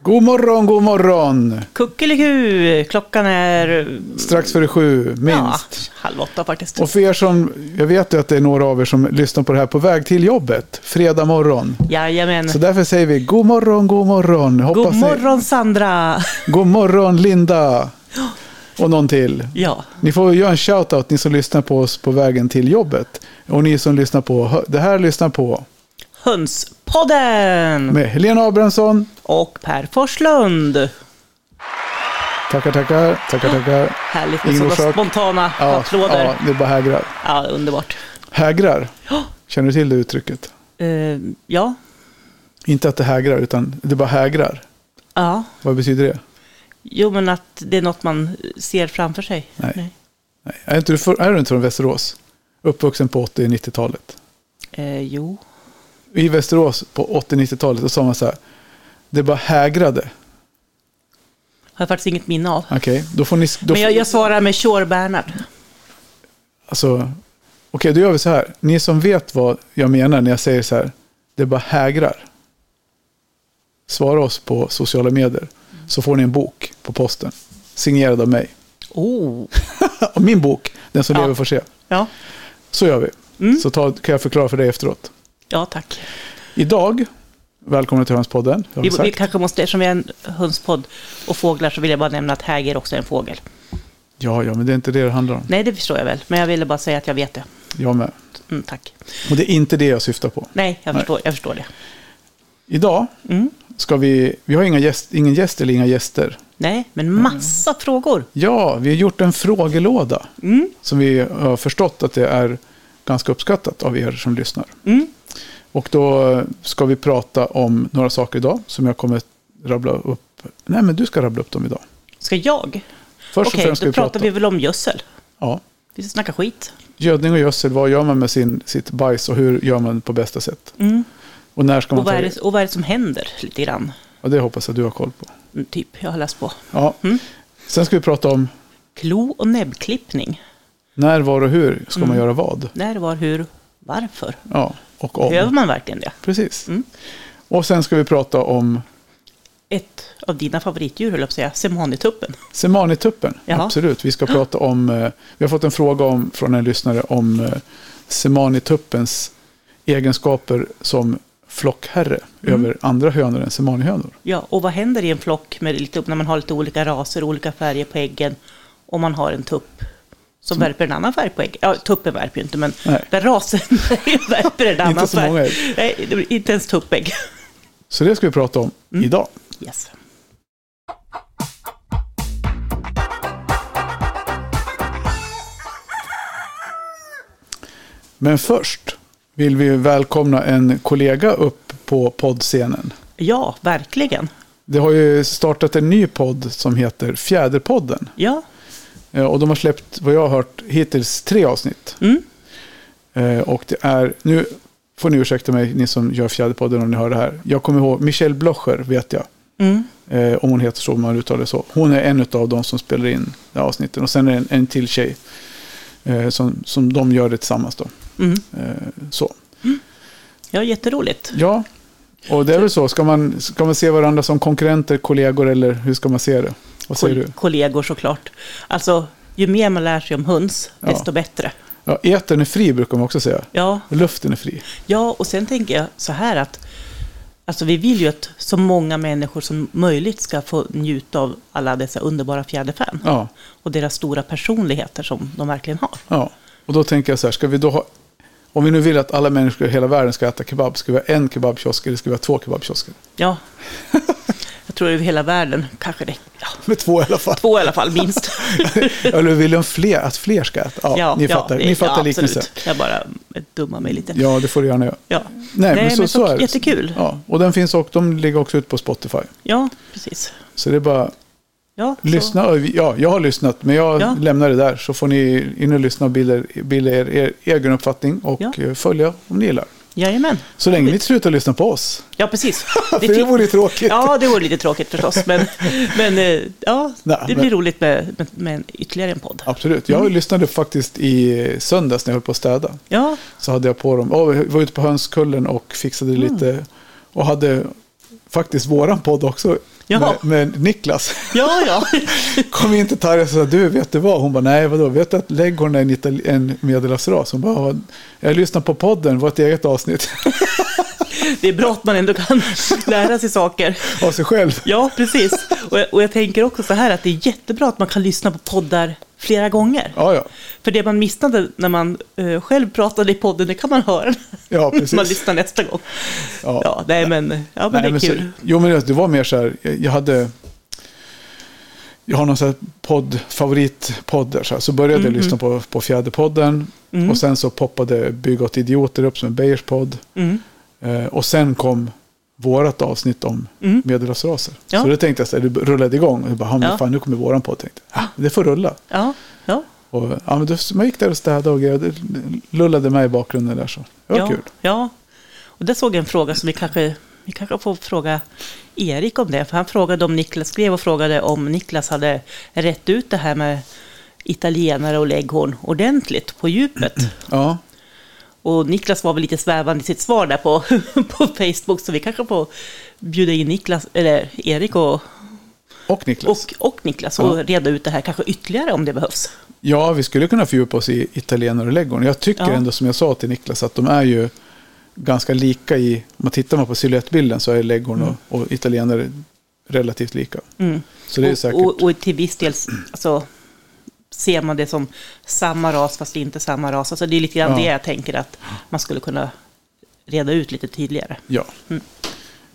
God morgon, god morgon! Kuckeliku! Klockan är... Strax före sju, Ja, minst. halv åtta faktiskt. Och för er som, jag vet ju att det är några av er som lyssnar på det här på väg till jobbet, fredag morgon. Jajamän. Så därför säger vi god morgon, god morgon. Hoppas Mm. God morgon Sandra! Ni, god morgon Linda! Och någon till. Ja, Ni får göra en shout-out, ni som lyssnar på oss på vägen till jobbet. Och ni som lyssnar på, hö- det här lyssnar på Hönspodden! med Helena Abrahamsson. Och Per Forslund. Tackar, tackar, tackar, tackar. Härligt med Ingen sådana orsak. spontana Ja, ja, applåder. Ja. det är bara hägrar. underbart. Hägrar, Ja, känner du till det uttrycket? eh, ja. Inte att det hägrar, utan det bara hägrar. ja. Vad betyder det? Jo, men att det är något man ser framför sig. Nej. Nej. Är, inte du för, är du inte från Västerås? Uppvuxen på 80 och 90-talet. Eh, jo. I Västerås på 80 och 90-talet så sa man så här. Det bara hägrade. Har jag faktiskt inget minne av. Okej, då får ni... Då Men jag, jag svarar med Shore Bernhard. Alltså, okej, då gör vi så här. Ni som vet vad jag menar när jag säger så här. Det bara hägrar. Svara oss på sociala medier. Så får ni en bok på posten. Signerad av mig. Oh. Av min bok. Den som Ja. Mm. lever får se. Ja. Så gör vi. Så ta, kan jag förklara för dig efteråt. ja, tack. Idag, välkomna till Hönspodden. har vi Vi, sagt. vi kanske måste, eftersom vi är en hönspodd och fåglar så vill jag bara nämna att häger också är en fågel. Ja, ja, men det är inte det det handlar om. Nej, det förstår jag väl, men jag ville bara säga att jag vet det. Jag med. Mm, tack. Och det är inte det jag syftar på. Nej, jag Nej. förstår, jag förstår det. Idag Mm. ska vi... Vi har inga gäst, ingen gäst eller inga gäster. Nej, men massa Mm. frågor. Ja, vi har gjort en frågelåda. Mm. Som vi har förstått att det är ganska uppskattat av er som lyssnar. Mm. Och då ska vi prata om några saker idag som jag kommer rabbla upp. Nej, men du ska rabbla upp dem idag. Ska jag? Först och Okej, främst ska då vi pratar prata... vi väl om gödsel. Ja. Vi ska snacka skit. Gödning och gödsel, vad gör man med sin, sitt bajs och hur gör man på bästa sätt? Mm. Och när ska man Och, vad ta är det? det, och vad är det som händer, lite grann? Ja, det hoppas jag du har koll på. Mm, Typ, jag har läst på. Ja. Mm. Sen ska vi prata om Klo och näbbklippning. när, var och hur ska Mm. man göra vad? När, var, hur, varför? Ja, och om. Behöver man verkligen det? Precis. Mm. Och sen ska vi prata om Ett av dina favoritdjur, höll jag på att säga, semanituppen. semanituppen. Jaha. Absolut. Vi ska prata om, eh, vi har fått en fråga om, från en lyssnare om eh, semanituppens egenskaper som flockherre Mm. över andra hönor än semanihönor. Ja, och vad händer i en flock med lite, när man har lite olika raser, olika färger på äggen och man har en tupp som värper en annan färg på äggen? Ja, tuppen värper ju inte, men Nej. där rasen värper en annan så många färg. ägg. Nej, det blir inte ens tuppägg. Så det ska vi prata om Mm. idag. Yes. Men först vill vi välkomna en kollega upp på poddscenen. Ja, verkligen. Det har ju startat en ny podd som heter Fjäderpodden. Ja, Eh, Och de har släppt, vad jag har hört, hittills tre avsnitt. Mm. Eh, Och det är, nu får ni ursäkta mig, ni som gör Fjäderpodden om ni hör det här. Jag kommer ihåg, Michelle Blocher vet jag. mm. eh, Om hon heter så, om man uttalar det så. Hon är en av de som spelar in det här avsnitten. Och sen är det en, en till tjej eh, som, som de gör det tillsammans då. Mm. Eh, Så. ja jätteroligt. Ja, och det är väl så. Ska man, ska man se varandra som konkurrenter, kollegor eller hur ska man se det? Vad säger du? Kol- kollegor såklart. Alltså, ju mer man lär sig om höns, Ja. desto bättre. Ja, etern är fri brukar man också säga. Ja, Luften är fri. Ja, och sen tänker jag så här att alltså vi vill ju att så många människor som möjligt ska få njuta av alla dessa underbara fjäderfän Ja, och deras stora personligheter som de verkligen har. ja. Och då tänker jag så här, ska vi då ha... Om vi nu vill att alla människor i hela världen ska äta kebab, ska vi ha en kebabkiosk eller ska vi ha två kebabkiosker? Ja, jag tror över hela världen kanske det ja, Med två i alla fall. två i alla fall minst. Eller vill de fler, att fler ska äta? Ja, ni fattar, det- ni fattar ja, liknelsen. absolut. Jag bara dummar mig lite. Ja. Ja, det får du gärna göra. Ja. Nej, men så, så, är det. Jättekul. Ja, Ja, och den finns också, de ligger också ut på Spotify. precis. Så det är bara Ja, så- Lyssna, ja, jag har lyssnat, men jag Ja. lämnar det där. Så får ni in och lyssna och bilda, bilda er, er egen uppfattning och Ja. eh, följa om ni gillar. Jajamän. Så länge ni inte slutar lyssna på oss. Ja, precis. För det vore ju tråkigt. Ja, det vore lite tråkigt förstås, men, men eh, ja, Nej, det men- blir roligt med, med, med en- ytterligare en podd. Absolut. Jag Mm. lyssnade faktiskt i söndags när jag höll på att städa. Ja, Så hade jag på dem, oh, jag Mm. var ute på Hönskullen och fixade lite. Och hade faktiskt våran podd också Jaha. med, med Niklas. Ja, ja. Kom inte Tarja och sa, du vet du vad? Hon bara, nej vadå? Vet du att leghorn är en, itali- en medelhavsras? Hon bara, "Ja, jag lyssnade på podden, det var ett eget avsnitt Det är bra att man ändå kan lära sig saker. av sig själv. Ja, precis. Och jag, och jag tänker också så här att det är jättebra att man kan lyssna på poddar flera gånger. Ja, ja. För det man missade när man eh, själv pratade i podden, det kan man höra Ja, precis. när man lyssnar nästa gång. Ja. Ja, nej, men, ja, men Nej, det är men kul. Så, jo, men det var mer så här, jag, jag hade... Jag har någon så här podd, favoritpoddar. Så, här. så började Mhm. jag lyssna på, på Fjäderpodden. Och sen så poppade Bygga åt idioter upp som en Beijers podd. Mm. Eh, och sen kom vårat avsnitt om Mm. medelhavsraser. Ja. Så då tänkte jag så här, det rullade igång. Och jag bara, ja, men Ja. fan, nu kommer våran podd. Tänkte, jag. ah, det får rulla. Ja, ja. Och, ja, men då, så man gick där och städade och grejer. Det lullade mig i bakgrunden där. Så. Det var ja, kul. Ja, och där såg jag en fråga som vi kanske, vi kanske får fråga Erik om det. För han frågade om Niklas skrev och frågade om Niklas hade rätt ut det här med italienare och leghorn ordentligt på djupet. Ja, Och Niklas var väl lite svävande i sitt svar där på, på Facebook, så vi kanske får bjuda in Niklas, eller Erik och, och Niklas. och, och Niklas Ja. och reda ut det här kanske ytterligare om det behövs. Ja, vi skulle kunna fördjupa oss i italienare och leghorn. Jag tycker Ja. ändå som jag sa till Niklas att de är ju ganska lika i, om man tittar man på silhuettbilden så är leghorn Mm. och, och italienare relativt lika. Så det är säkert, Och, och, och till viss del alltså, ser man det som samma ras fast det är inte samma ras. Alltså, det är lite grann Ja. det jag tänker att man skulle kunna reda ut lite tydligare. ja.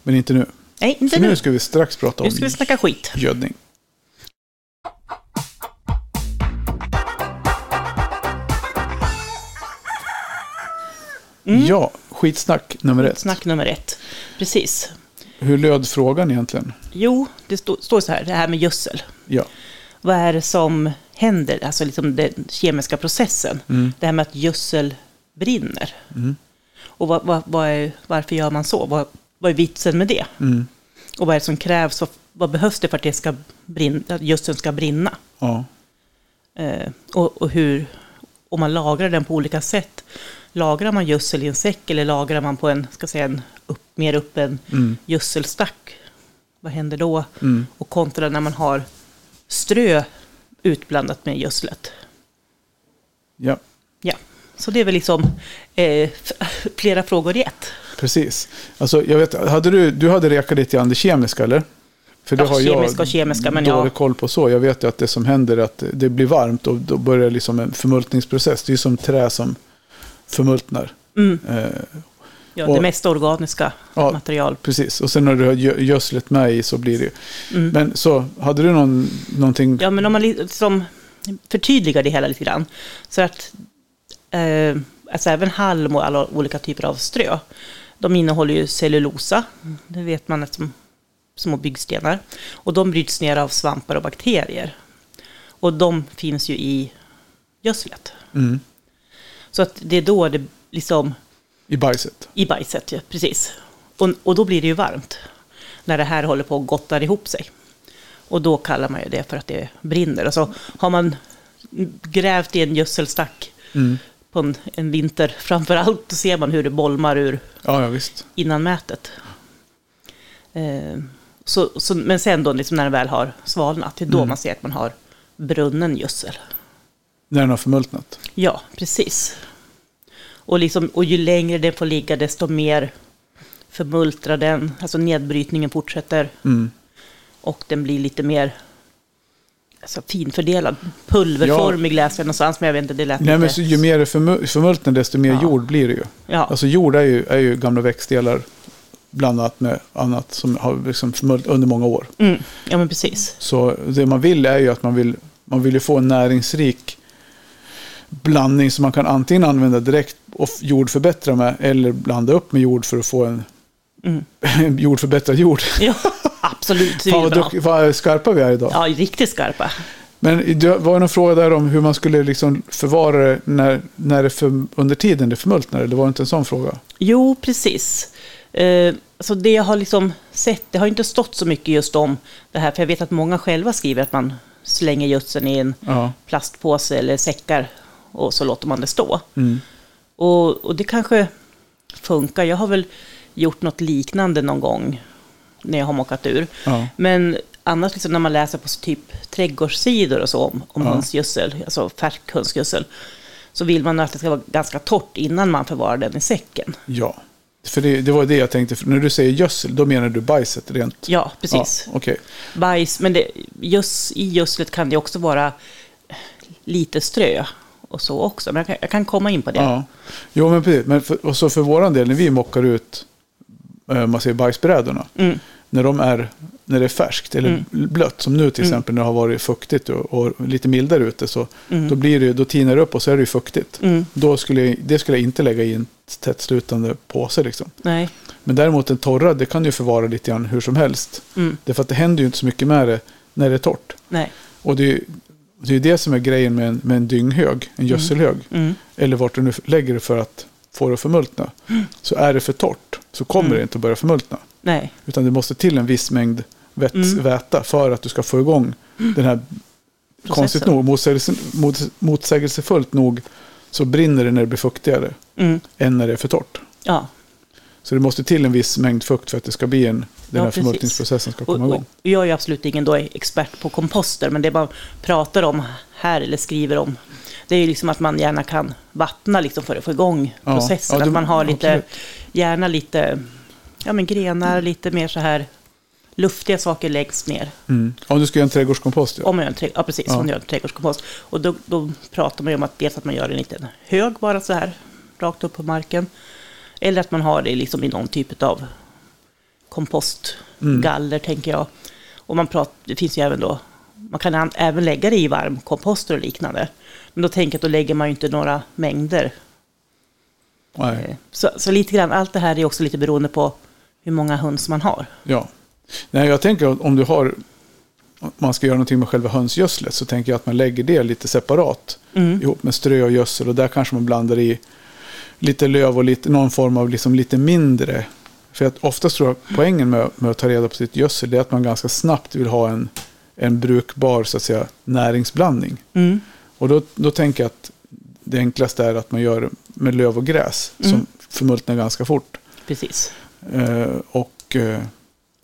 Men inte nu. Nej, För Mm. inte nu. nu. ska vi strax prata Nu om ska vi snacka skit. gödning. Mm. Ja, skitsnack nummer ett. Snack nummer ett. Precis. Hur löd frågan egentligen? Jo, det stå, står så här, det här med gödsel. Ja, Vad är det som händer? Alltså liksom den kemiska processen. Det här med att gödsel brinner. Och vad, vad, vad är, varför gör man så? Vad, vad är vitsen med det? Och vad är det som krävs? Vad, vad behövs det för att, det ska brinna, att gödseln ska brinna? ja, Eh, och, och hur, om man lagrar den på olika sätt. Lagrar man gödsel i en säck eller lagrar man på en, ska jag säga, en upp, mer öppen Mm. gödselstack? Vad händer då? Och kontra när man har strö utblandat med gödslet. ja. Ja, så det är väl liksom eh, f- flera frågor i ett. Precis. Alltså, jag vet, hade du, du hade rekat lite grann det kemiska, eller? För det Ja, har jag kemiska och kemiska, men dålig ja. koll på så. Jag vet ju att det som händer är att det blir varmt och då börjar liksom en förmultningsprocess. Det är ju som trä som förmultnar. Eh, Ja, Och- det mesta organiska Ja. material. precis. Och sen när du har gö- gödslet med i så blir det ju. Men så, hade du någon, någonting? Mm. Ja, men om man liksom förtydligar det hela lite grann. Så att eh, alltså även halm och alla olika typer av strö, de innehåller ju cellulosa, det vet man som små byggstenar. Och de bryts ner av svampar och bakterier. Och de finns ju i gödslet. Mm, Så att det är då det liksom I bajset? I bajset, ja, precis. Och, och då blir det ju varmt. När det här håller på att gottar ihop sig. Och då kallar man ju det för att det brinner. Alltså, har man grävt i en gödselstack på en, en vinter framför allt, då ser man hur det bolmar ur Ja, ja visst. innanmätet. Eh, så, så, men sen då, liksom när den väl har svalnat, det är då man ser att man har brunnen gödsel. När den har förmultnat? Ja, precis. Och, liksom, och ju längre den får ligga, desto mer förmultrar den. Alltså nedbrytningen fortsätter. Mm. Och den blir lite mer alltså, finfördelad. Pulverformig läser jag någonstans, men jag vet inte, det lät Nej, men inte... så, ju mer det förmu- förmultnar, desto mer Ja. jord blir det ju. Ja. Alltså jord är ju, är ju gamla växtdelar blandat med annat som har liksom förmult under många år. mm, ja, men precis. Så det man vill är ju att man vill, man vill ju få en näringsrik blandning som man kan antingen använda direkt och f- jordförbättra med eller blanda upp med jord för att få en jordförbättrad jord. Ja, absolut. Det Fan är vad, Mm. bra. dukt- vad skarpa vi är idag. Ja, riktigt skarpa. Men det var någon fråga där om hur man skulle liksom förvara det när, när det för, under tiden det förmultnar. Det var inte en sån fråga. Jo, precis. Eh, alltså det jag har liksom sett, det har ju inte stått så mycket just om det här, för jag vet att många själva skriver att man slänger gödseln i en Ja. plastpåse eller säckar och så låter man det stå. Mm. Och, och det kanske funkar. Jag har väl gjort något liknande någon gång när jag har mockat ur. Ja. Men annars liksom när man läser på typ trädgårdssidor och så om, om Ja. hönsgödsel, alltså färsk hönsgödsel, så vill man att det ska vara ganska torrt innan man förvarar den i säcken. ja. För det, det var det jag tänkte. För när du säger gödsel, då menar du bajset rent? Ja, precis. Ja, Okej. Bajs, men det, göds, i gödslet kan det också vara lite strö och så också. Men jag kan, jag kan komma in på det. Ja. Jo, men precis. Men för, och så för våran del, när vi mockar ut eh, man säger bajsbrädorna, Mm. när, de är, när det är färskt eller blött, som nu till Mm. exempel när det har varit fuktigt och, och lite mildare ute, så då, blir det, då tinar det upp och så är det ju fuktigt. Mm. Då skulle jag, det skulle jag inte lägga i en tättslutande påse. Liksom. Nej. Men däremot den torra, det kan du ju förvara lite grann hur som helst. Mm. Därför att det händer ju inte så mycket med det när det är torrt. Nej. Och det är ju det, är ju det som är grejen med en, med en dynghög, en gödselhög, Mm. eller vart du nu lägger det för att få det att förmultna. Mm. Så är det för torrt så kommer det inte att börja förmultna. Nej. Utan det måste till en viss mängd vett, Mm. väta för att du ska få igång den här, konstigt nog, motsägelse, mots- motsägelsefullt nog, så brinner det när det blir fuktigare Mm. än när det är för torrt. Ja. Så det måste till en viss mängd fukt för att det ska bli en, den Ja, här precis. förmultningsprocessen ska Och, komma och igång. jag är ju absolut ingen då expert på komposter, men det man pratar om här eller skriver om, det är ju liksom att man gärna kan vattna liksom för att få igång Ja, processen. ja, det- att man har lite, absolut. gärna lite ja, men grenar, lite mer så här luftiga saker längst ner. Mm. Om du ska göra en trädgårdskompost, ja. Om man gör en, trä- ja, precis, Ja. om man gör en trädgårdskompost. Och då, då pratar man ju om att dels att man gör en liten hög bara så här, rakt upp på marken. Eller att man har det liksom i någon typ av Mm. kompostgaller, tänker jag. Och man pratar, det finns ju även då, man kan an- även lägga det i varmkomposter och liknande. Men då tänker jag att då lägger man ju inte några mängder. Nej. Så, så lite grann, allt det här är också lite beroende på hur många höns man har. Ja. Nej, jag tänker att om du har, om man ska göra någonting med själva hönsgödslet så tänker jag att man lägger det lite separat ihop med strö och gödsel och där kanske man blandar i lite löv och lite, någon form av liksom lite mindre. För att oftast tror jag poängen med, med att ta reda på sitt gödsel det är att man ganska snabbt vill ha en, en brukbar så att säga, näringsblandning. Mm. Och då, då tänker jag att det enklaste är att man gör med löv och gräs som förmultnar ganska fort. Precis. Eh, och... Eh,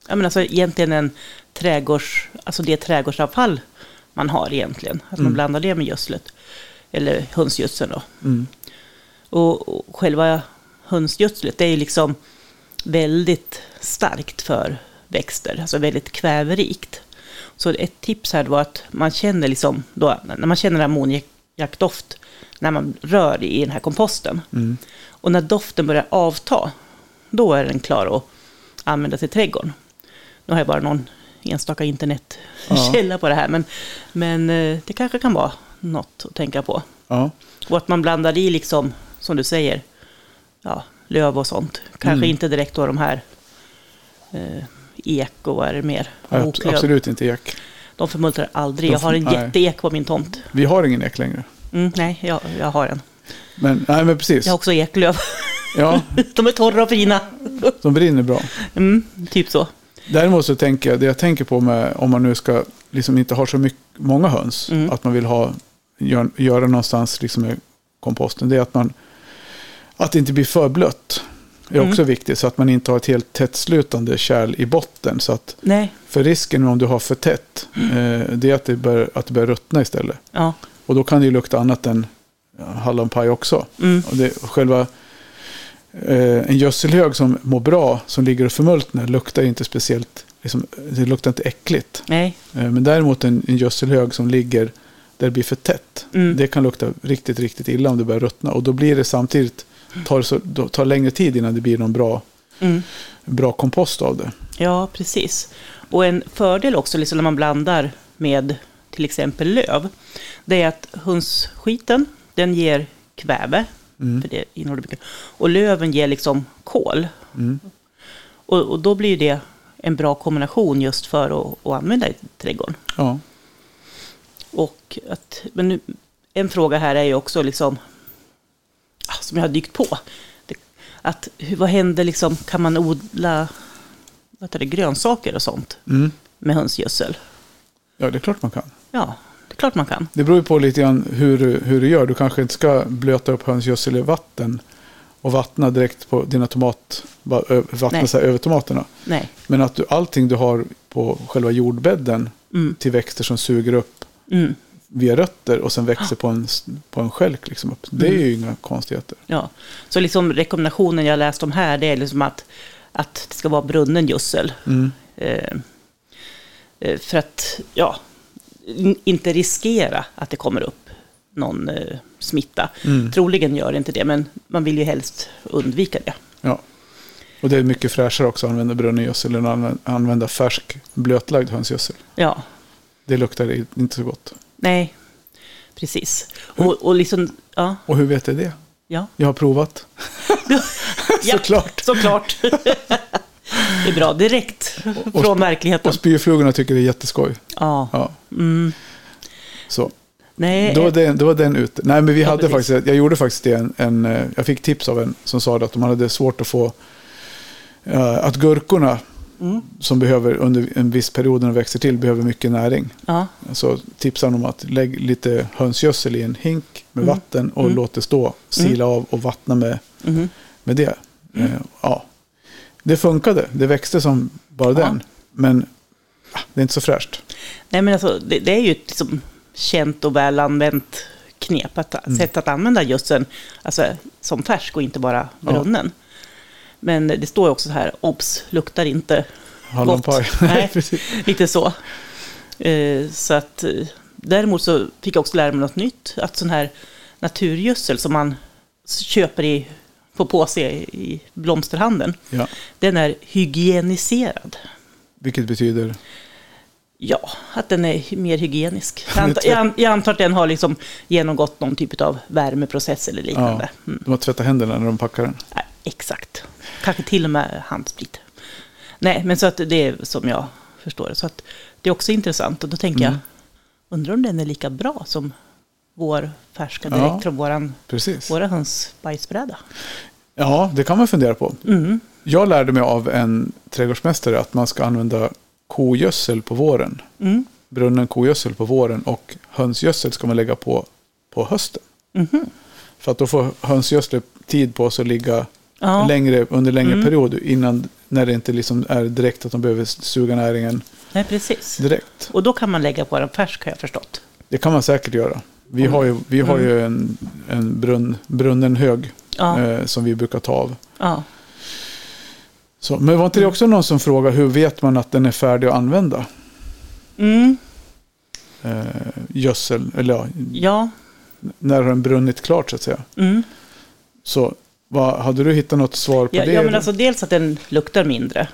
Ja, men alltså egentligen en trädgårds, alltså det trädgårdsavfall man har egentligen. Att man blandar det med gödslet. Eller hönsgödseln då. Mm. Och, och själva hönsgödslet det är ju liksom väldigt starkt för växter. Alltså väldigt kväverikt. Så ett tips här var att man känner liksom då, när man känner ammoniakdoft när man rör i den här komposten. Och när doften börjar avta, då är den klar att använda till trädgården. Nu har jag bara någon enstaka internetkälla på det här, men, men eh, det kanske kan vara något att tänka på. ja. Och att man blandar i, liksom, som du säger, ja, löv och sånt. Kanske Mm. inte direkt då de här eh, ek och vad är det mer? Nej, abs- Oklöv. absolut inte ek. De förmultrar aldrig. De Jag har en förm- nej. jätteek på min tomt. Vi har ingen ek längre. Mm, nej, jag, jag har en. Men, nej, men precis. Jag har också eklöv. Ja, De är torra och fina. de brinner bra. Mm, typ så. Däremot så tänker jag, det jag tänker på med, om man nu ska, liksom inte har så mycket, många höns, att man vill ha, gör, göra någonstans liksom med komposten, det är att man, att det inte blir för blött. Det är också viktigt, så att man inte har ett helt tättslutande kärl i botten. Så att, Nej, för risken om du har för tätt, eh, det är att det, börjar, att det börjar ruttna istället. ja. Och då kan det ju lukta annat än hallonpaj också. Mm. Och det, själva eh, en gödselhög som mår bra, som ligger och förmultnar, luktar ju inte speciellt, liksom, det luktar inte äckligt. Nej, Eh, men däremot en, en gödselhög som ligger där det blir för tätt, Mm. det kan lukta riktigt, riktigt illa om det börjar ruttna. Och då blir det samtidigt, tar det så, då tar det längre tid innan det blir någon bra, Mm. bra kompost av det. ja precis. Och en fördel också liksom när man blandar med till exempel löv, det är att hönsskiten, den ger kväve, för det innehåller mycket, och löven ger liksom kol. Och, och då blir ju det en bra kombination just för att, att använda i trädgården. Ja, Och att, men nu, en fråga här är ju också liksom, ah, som jag har dykt på, det, att hur, vad händer liksom, kan man odla vad heter det, grönsaker och sånt mm. med hönsgödsel? ja det är klart man kan. Ja, det är klart man kan. Det beror ju på lite grann hur, du- hur du gör. Du kanske inte ska blöta upp hönsgödsel i vatten och vattna direkt på dina tomat, bara ö- vattna Nej. så här över tomaterna. Nej. Men att du, allting du har på själva jordbädden Mm. till växter som suger upp Mm. via rötter och sen Ah. växer på en, s- på en stjälk. Liksom upp. Det Mm. är ju inga konstigheter. Ja. Så liksom rekommendationen jag läst om här, det är liksom att, att det ska vara brunnen gödsel. Mm. Eh, eh, för att, ja, n- inte riskera att det kommer upp någon eh, smitta. Mm. Troligen gör det inte det, men man vill ju helst undvika det. Ja. Och det är mycket fräschare också att använda brunnengödsel än att anvä- använda färsk blötlagd hönsgödsel. Ja, Det luktar i- inte så gott. nej, precis. Och, och liksom, ja, Och hur vet jag det? ja. Jag har provat. Ja, Såklart. Såklart. det är bra, direkt och- från Och verkligheten. spyflugorna tycker det är jätteskoj. Ja, Ja. mm. Så. nej, Då var den, då var den ute. Nej, men vi Eh, Ja, hade precis. faktiskt, jag gjorde faktiskt det, en, en, eh, jag fick tips av en som sa det att de hade svårt att få, eh, att gurkorna Mm. som behöver under en viss period när de växer till behöver mycket näring. ja, Så tipsade de om att lägg lite hönsgödsel i en hink med Mm. vatten och låt det stå, sila av och vattna med, mhm. med det. Mm. Eh, ja. Det funkade, det växte som bara den. Men ah, det är inte så fräscht. Nej, men alltså, det, det är ju ett liksom, känt och väl använt knep, att, Mm. sätt att använda gödseln alltså, som färsk och inte bara Ja. brunnen. Men det står ju också så här, obs, luktar inte Hallonpaj. Gott. Nej. precis. Lite så. Eh, så att, eh, däremot så fick jag också lära mig något nytt. Att sån här naturgödsel som man s- köper i, på påse i blomsterhandeln, Ja. den är hygieniserad. Vilket betyder? Ja, att den är hy- mer hygienisk. Jag, Men anta, jag, an- jag antar att den har liksom genomgått någon typ av värmeprocess eller liknande. Ja, Mm, de har tvättat händerna när de packar den. nej, exakt. Kanske till och med handsprit. Nej, men så att det är som jag förstår det. Så att det är också intressant. Och då tänker Mm. jag, undrar om den är lika bra som vår färska direkt Ja. från våran, Precis. våra höns bajsbräda. Ja, det kan man fundera på. Mm. Jag lärde mig av en trädgårdsmästare att man ska använda kogödsel på våren. Mm. Brunnen kogödsel på våren och hönsgödsel ska man lägga på på hösten. Mm-hmm. För att då får hönsgödslet tid på sig att ligga Ja. Mm. längre, under längre period innan när det inte liksom är direkt att de behöver suga näringen Nej, precis. direkt. Och då kan man lägga på den färsk har jag förstått. Det kan man säkert göra. Vi har ju, vi har ju en, en brunn, brunnen hög Mm. Ja. eh, som vi brukar ta av. Ja. Så, men var inte det också någon som frågade hur vet man att den är färdig att använda? Mm. Eh, gödsel, eller ja, Ja. när har den brunnit klart så att säga? Mm. Så vad, hade du hittat något svar på Ja, det? ja, men alltså dels att den luktar mindre,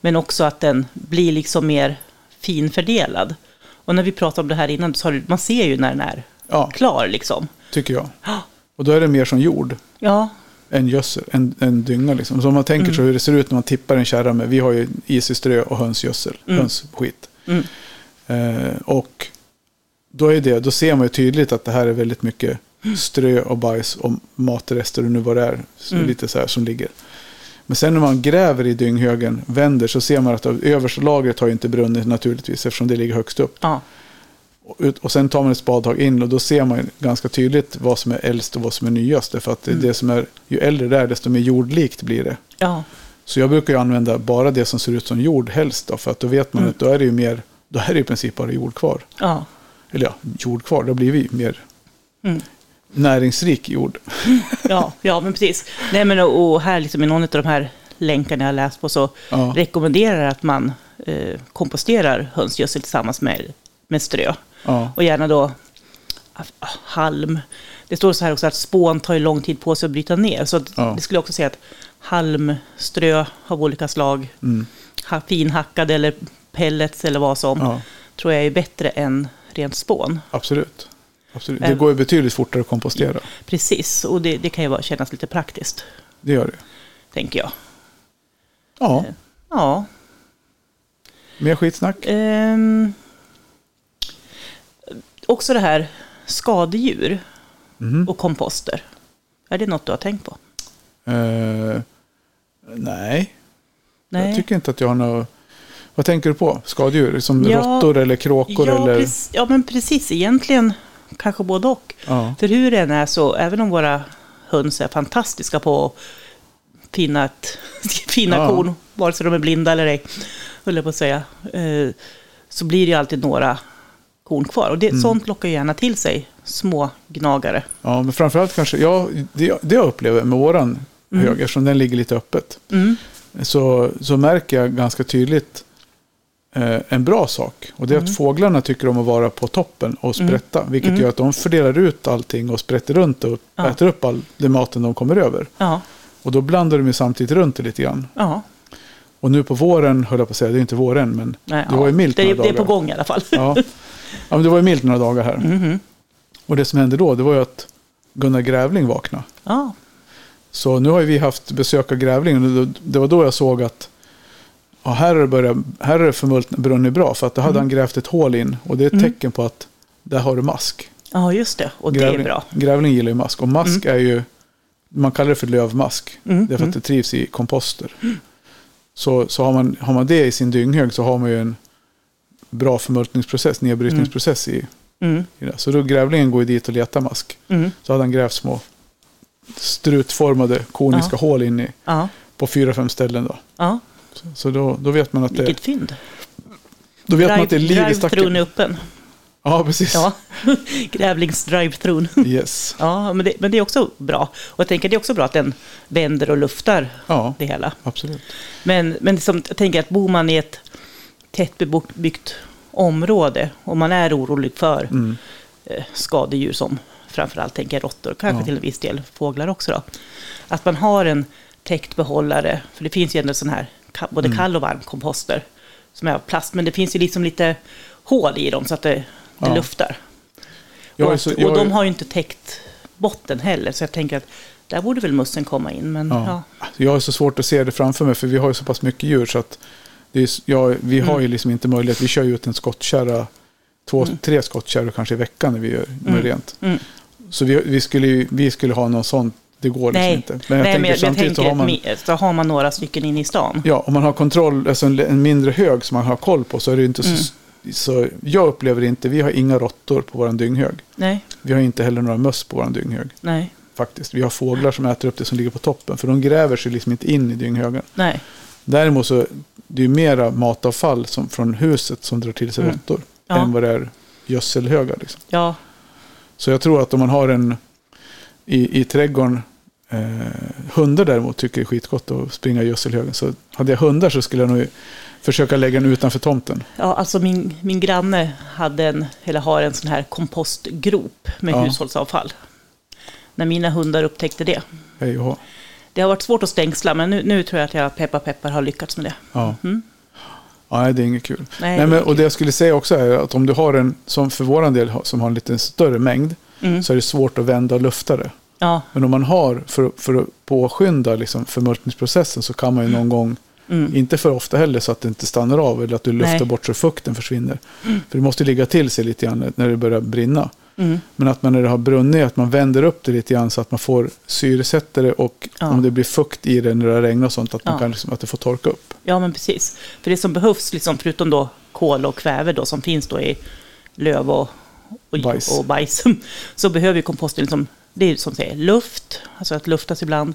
men också att den blir liksom mer finfördelad. Och när vi pratade om det här innan, så har du, man ser ju när den är ja, klar liksom. tycker jag. Ja. Och då är det mer som jord Ja, än gödsel, än, än dynga liksom. Så om man tänker Mm. så hur det ser ut när man tippar en kärra med, vi har ju isiströ och hönsgödsel, hönsskit. Mm. Eh, och då, är det, då ser man ju tydligt att det här är väldigt mycket strö och bajs och matrester och nu vad det är. Så Lite så här som ligger. Men sen när man gräver i dynghögen, vänder, så ser man att av- översta lagret har ju inte brunnit naturligtvis eftersom det ligger högst upp. ja, Och, ut- och sen tar man ett spadtag in och då ser man ju ganska tydligt vad som är äldst och vad som är nyast. Därför att det, är det som är, ju äldre det är, desto mer jordlikt blir det. ja, Så jag brukar ju använda bara det som ser ut som jord helst. Då, för att då vet man att då är det ju mer, då är det i princip bara jord kvar ja. eller ja, jord kvar, då blir vi mer Mm. näringsrik jord. Ja, ja men precis. Nej, men, och och här liksom, i någon av de här länkarna jag har läst på så Ja. rekommenderar att man eh, komposterar hönsgödsel tillsammans med, med strö. Ja, Och gärna då ah, ah, halm. Det står så här också att spån tar ju lång tid på sig att bryta ner. Så att Ja. det skulle jag också säga att halmströ av olika slag, mm. ha- finhackade eller pellets eller vad som, ja tror jag är bättre än rent spån. absolut. absolut. Det Äm. går ju betydligt fortare att kompostera. Precis, och det, det kan ju vara, kännas lite praktiskt, Det gör det. tänker jag. Ja, Eh. Ja, mer skitsnack. Ehm, också det här skadedjur Mhm. och komposter. Är det något du har tänkt på? Eh, nej. Nej. jag tycker inte att jag har något... Vad tänker du på? Skadedjur? Som Ja. råttor eller kråkor? ja, eller... precis, ja, men precis. Egentligen kanske både och. Ja. För hur den är så, även om våra höns är fantastiska på att finna, ett, finna Ja. korn, vare sig de är blinda eller ej, höll jag på att säga. Eh, Så blir det ju alltid några korn kvar. Och det, Mm. sånt lockar ju gärna till sig små gnagare. Ja, men framförallt kanske, ja, det, det jag upplever med våran hög, eftersom den ligger lite öppet, Mm. så, så märker jag ganska tydligt eh, en bra sak. Och det är Mm. att fåglarna tycker om att vara på toppen och sprätta, vilket gör att de fördelar ut allting och sprätter runt det och Ja. äter upp all den maten de kommer över. Ja, Och då blandar de ju samtidigt runt det lite grann. ja. Och nu på våren, höll jag på att säga, det är inte våren, men Nej, det var ju ja. milt det, några är- det är på dagar. gång i alla fall. Ja. ja, men det var ju milt några dagar här. Mhm. Och det som hände då, det var ju att Gunnar Grävling vaknade. Ja, Så nu har ju vi haft besök av Grävling och det- det var då jag såg att ja, här har det, börjat, här har det förmult, brunnit bra för att då hade han grävt ett hål in och det är ett tecken på att där har du mask. ja just det. Och det är bra. Grävling gillar ju mask och mask är ju, man kallar det för lövmask, Mm, därför att det trivs i komposter. Så, så har, man, har man det i sin dynghög så har man ju en bra förmultningsprocess, nedbrytningsprocess i, Mm. i det. Så då grävlingen går ju dit och letar mask. Mm. Så hade han grävt små strutformade koniska Ja. hål in i Ja, på fyra, fem ställen. Då. ja. Så, så då, då vet man att det, vilket fynd. då vet man att det är liv i Drive-thrun är stacken. öppen. Ja, precis. Ja, grävlings-drive-thrun. Yes. Ja, men det, men det är också bra. Och jag tänker det är också bra att den vänder och luftar Ja, det hela. absolut. Men, men som, jag tänker att bor man i ett tättbebyggt område och man är orolig för Mm. eh, skadedjur som framförallt tänker jag, råttor, och kanske Ja. till en viss del fåglar också. Då. Att man har en täckt behållare, för det finns ju ändå sån här ka- både Mm. kall och varm komposter som är av plast, men det finns ju liksom lite hål i dem så att det, det Ja. luftar. Jag Och, är att, så- och jag är- de har ju inte täckt botten heller, så jag tänker att där borde väl mussen komma in. Men, ja. Ja. Alltså, Jag har så svårt att se det framför mig för vi har ju så pass mycket djur så att det är, s- ja, vi Mm. har ju liksom inte möjlighet. Vi kör ju ut en skottkärra, två, tre skottkärror kanske i veckan när vi gör mm. rent. Mm. Så vi, vi, skulle, ju- vi skulle ha någon sån, det går liksom Nej, inte. men jag Nej, tänker, men jag, jag samtidigt tänker så har man... me- så har man några stycken in i stan. Ja, om man har kontroll, alltså en, en mindre hög som man har koll på så är det ju inte Mm. så, så... Jag upplever det inte, vi har inga råttor på vår dynghög. Nej, Vi har inte heller några möss på vår dynghög nej, faktiskt. Vi har fåglar som äter upp det som ligger på toppen för de gräver sig liksom inte in i dynghögen. nej. Däremot så det är ju mera matavfall som, från huset som drar till sig Mm. råttor Ja. än vad det är gödselhögar. Liksom. Ja, Så jag tror att om man har en i, i trädgården eh, hundar däremot tycker det är skitgott att springa i gödselhögen. Så hade jag hundar så skulle jag nog försöka lägga den utanför tomten. Ja, alltså min, min granne hade en, eller har en sån här kompostgrop med Ja. hushållsavfall. När mina hundar upptäckte det. Hej och hå. Det har varit svårt att stängsla, men nu, nu tror jag att jag peppar peppar har lyckats med det. Ja. Ja, nej, det är inget kul. Mm-hmm. Nej, Nej, det är men, inget och det jag skulle säga också är att om du har en, som för våran del, har- som har en lite större mängd, Mm. så är det svårt att vända och lufta det. Ja, Men om man har, för, för att påskynda liksom förmultningsprocessen, så kan Mm. man ju någon gång, inte för ofta heller så att det inte stannar av, eller att du luftar Nej. Mm. bort så fukten försvinner. För det måste ju ligga till sig lite grann när det börjar brinna. Men att man när det har brunnit, att man vänder upp det lite grann så att man får syresätter det och Ja. om det blir fukt i det när det regnar och sånt, att, Ja. man kan liksom, att det får torka upp. ja, men precis. För det som behövs, liksom, förutom då kol och kväve då, som finns då i löv och, och Bajs. och bajs så behöver ju komposten, liksom, det är ju som säger luft, alltså att luftas ibland,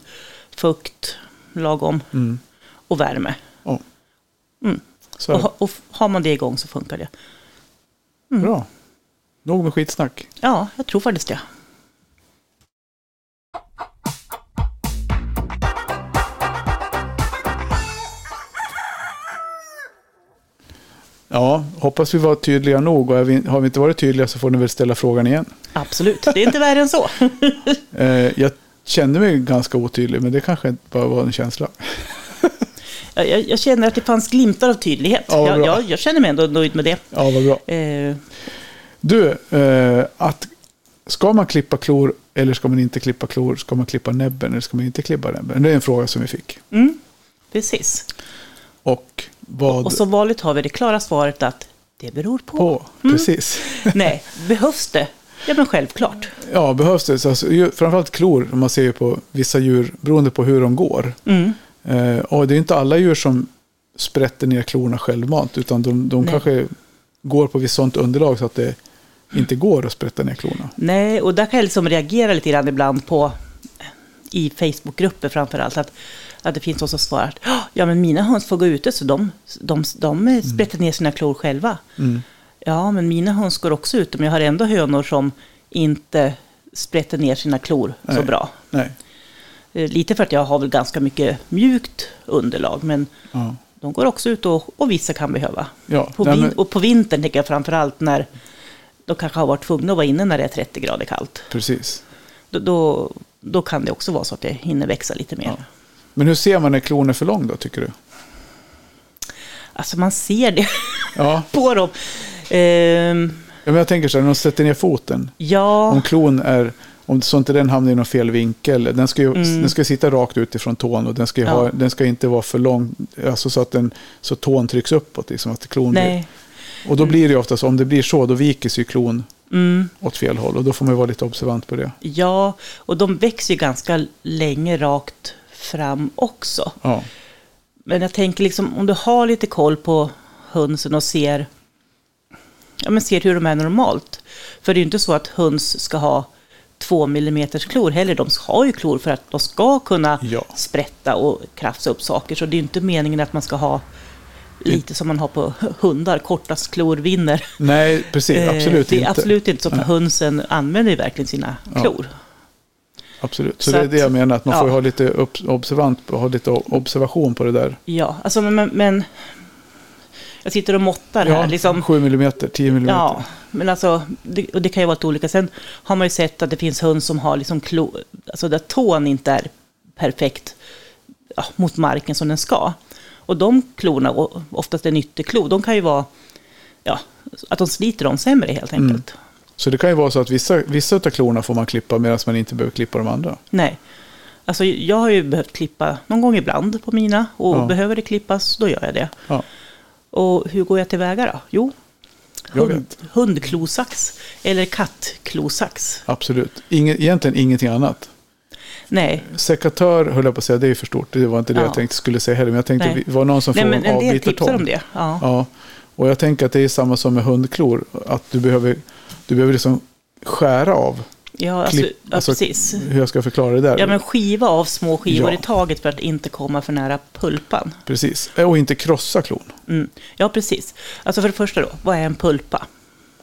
fukt, lagom, Mm. och värme. Ja. Mm. Så är Och, det. ha- och f- har man det igång så funkar det. Bra. Nog med skitsnack. Ja, jag tror faktiskt det. Ja, hoppas vi var tydliga nog och är vi, har vi inte varit tydliga så får ni väl ställa frågan igen. Absolut, det är inte värre än så. Eh, jag kände mig ganska otydlig men det kanske bara var en känsla. Jag, jag, jag känner att det fanns glimtar av tydlighet. Ja, vad jag, bra. jag, jag känner mig ändå nöjd med det. Ja, vad bra. Eh, Du, eh, att, ska man klippa klor eller ska man inte klippa klor? Ska man klippa näbben eller ska man inte klippa näbben? Det är en fråga som vi fick. mm, precis. Och vad Och som vanligt har vi det klara svaret att det beror på. på? Mm. Precis. Nej, behövs det? Ja, men självklart. Ja, behövs det? Så alltså, ju- framförallt klor, man ser ju på vissa djur, beroende på hur de går. Mm. Eh, och det är inte alla djur som sprätter ner klorna självmant, utan de, de Nej. kanske går på visst sånt underlag så att det inte går att sprätta ner klorna. Nej, och där kan jag liksom reagera lite grann ibland på i Facebookgrupper framför allt, att, att det finns de som svarar att "Ja, ja, men mina höns får gå ute så de, de, de sprätter ner sina klor själva. Ja, men mina höns går också ute, men jag har ändå hönor som inte sprätter ner sina klor så Nej. bra. Nej. Eh, Lite för att jag har väl ganska mycket mjukt underlag, men Ja. de går också ut och, och vissa kan behöva. Ja, på nej, vin- men- Och på vintern tänker jag framför allt när de kanske har varit tvungna att vara inne när det är 30 grader kallt. Precis. Då, då, då kan det också vara så att det hinner växa lite mer. Men hur ser man när klon är för lång då, tycker du? Alltså man ser det Ja, på dem. Ehm, Ja, men jag tänker så här, när de sätter ner foten. ja, Om klon är, om så inte den hamnar i någon fel vinkel, den ska ju den ska sitta rakt utifrån tån och den ska, ju ha, Mm. Ja. den ska inte vara för lång, alltså så att den, så tån trycks uppåt, liksom att klon nej. Mm. blir. Och då blir det ju ofta så, om det blir så, då viker sig ju klon åt fel håll och då får man ju vara lite observant på det. Ja, och de växer ju ganska länge rakt fram också. Ja, Men jag tänker liksom om du har lite koll på hönsen och ser, ja, men ser hur de är normalt. För det är ju inte så att höns ska ha två millimeters klor heller. De har ju klor för att de ska kunna Ja. sprätta och krafsa upp saker. Så det är ju inte meningen att man ska ha lite som man har på hundar, kortast klor vinner. nej precis, Eh, absolut det är inte. absolut inte så, för hönsen använder ju verkligen sina Ja. klor. Absolut. Så, Så det är att- det jag menar, att man ja. får ju ha lite, obs- observant, ha lite observation på det där. Ja, alltså men, men, men jag sitter och måttar här. liksom, 7 millimeter, 10 millimeter. Ja, men alltså, det, och det kan ju vara lite olika. Sen har man ju sett att det finns höns som har liksom klo, alltså där tån inte är perfekt ja, mot marken som den ska. Och de klorna, och oftast en ytterklo, de kan ju vara, ja, att de sliter dem sämre helt Mm. enkelt. Så det kan ju vara så att vissa, vissa av klorna får man klippa medan man inte behöver klippa de andra. Nej. Alltså jag har ju behövt klippa någon gång ibland på mina och Ja. behöver det klippas, då gör jag det. Ja, Och hur går jag tillväga då? Jo, Jag hund, vet. hundklosax eller kattklosax. absolut. Ingen, egentligen ingenting annat. Nej, Sekatör höll jag på att säga, det är ju för stort. Det var inte det Ja. jag tänkte skulle säga heller. Men jag tänkte, Nej. det var någon som Nej får men en en del avbitartång. tipsar om det. Ja. Ja, och jag tänker att det är samma som med hundklor. Att du behöver, du behöver liksom skära av. Ja, alltså, Klipp- ja, alltså- precis. Hur jag ska förklara det där. Ja, men skiva av små skivor Ja. i taget för att inte komma för nära pulpan. Precis, och inte krossa klon. Mm. Ja, precis. Alltså för det första då, vad är en pulpa?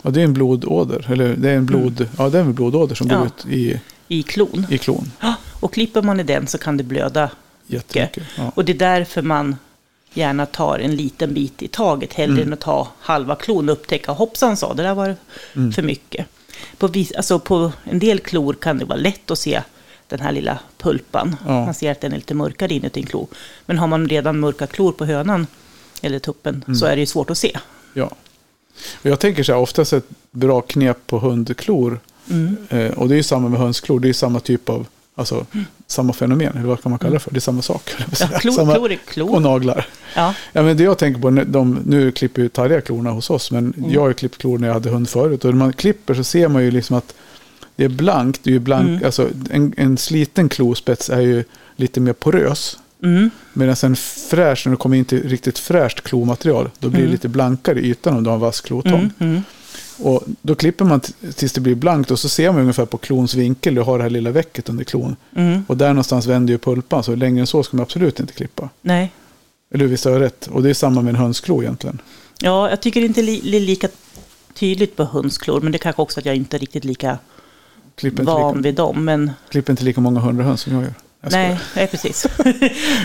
Ja, det är en blodåder, eller det är en, blod, ja, det är en blodåder som går Mm. Ja. ut i, I klon. i klon. Ja, Och klipper man i den så kan det blöda. Jättemycket. Ja. Och det är därför man gärna tar en liten bit i taget, hellre Mm. än att ta halva klon och upptäcka hoppsan sa, det där var Mm. för mycket. På, vis, alltså på en del klor kan det vara lätt att se den här lilla pulpan. Ja. Man ser att den är lite mörkare inuti en klo. Men har man redan mörka klor på hönan eller tuppen Mm. så är det ju svårt att se. Ja. Och jag tänker så här, oftast ett bra knep på hundklor, Mm. eh, och det är ju samma med hönsklor, det är ju samma typ av, alltså samma fenomen, eller vad kan man kalla det för? Det är samma sak. höll jag på att Mm. Ja, säga. klor- samma, klor är klor. Och naglar. Ja, Ja, men det jag tänker på, när de, nu klipper ju Tarja klorna hos oss, men Mm. jag har ju klippt klor när jag hade hund förut. Och när man klipper så ser man ju liksom att det är blankt, det är ju blank, Mm. alltså en, en sliten klospets är ju lite mer porös. mm. Medan en fräsch, när du kommer in till riktigt fräscht klomaterial, då blir det lite blankare i ytan om du har en vass klotång. Mm, mm. Och då klipper man t- tills det blir blankt och så ser man ungefär på klons vinkel, du har det här lilla vecket under klon. Mm. Och där någonstans vänder ju pulpan, så längre än så ska man absolut inte klippa. Nej. Eller hur, visst har jag rätt? Och det är samma med en hönsklo egentligen. Ja, jag tycker inte li, li, lika tydligt på hönsklor, men det kanske också att jag inte är riktigt lika Klipper inte, van lika, vid dem. Men klipper inte lika många hundra höns som jag gör. Jag Nej, skojar. nej, precis.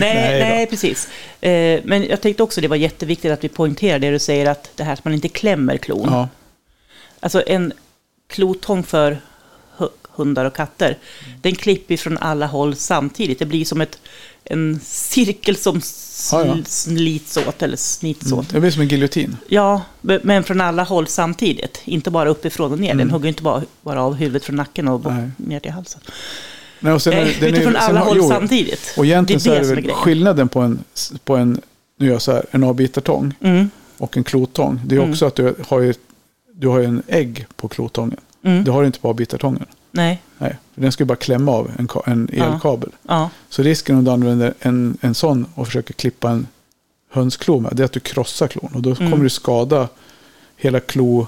nej, nej, då. precis. Eh, men jag tänkte också det var jätteviktigt att vi poängterar det du säger, att det här att man inte klämmer klon. Ja, mm. Alltså en klotång för hu- hundar och katter, Mm. den klipper ju från alla håll samtidigt. Det blir som ett, en cirkel som sl- Ja, Mm. ja. slits åt eller snits åt. det blir som en giljotin. Ja, be- men från alla håll samtidigt. Inte bara uppifrån och ner. Den hugger ju inte bara, bara av huvudet från nacken och bort, Mm. Nej. ner till halsen. Nej, och sen är- Nej, den är- utifrån sen alla har- håll jo, samtidigt. Och egentligen det är det så som är är det väl grejen. skillnaden på en, på en, nu gör jag så här, en avbitartång Mm, och en klotång. Det är också att du har, ju, du har ju en ägg på klotången. mm, Det har du inte på avbitartången. nej, Nej, för den ska ju bara klämma av en, ka- en Ja. elkabel. ja. Så risken om du använder en, en sån och försöker klippa en Mm. hönsklo med, det är att du krossar klon. Och då kommer du skada hela klo,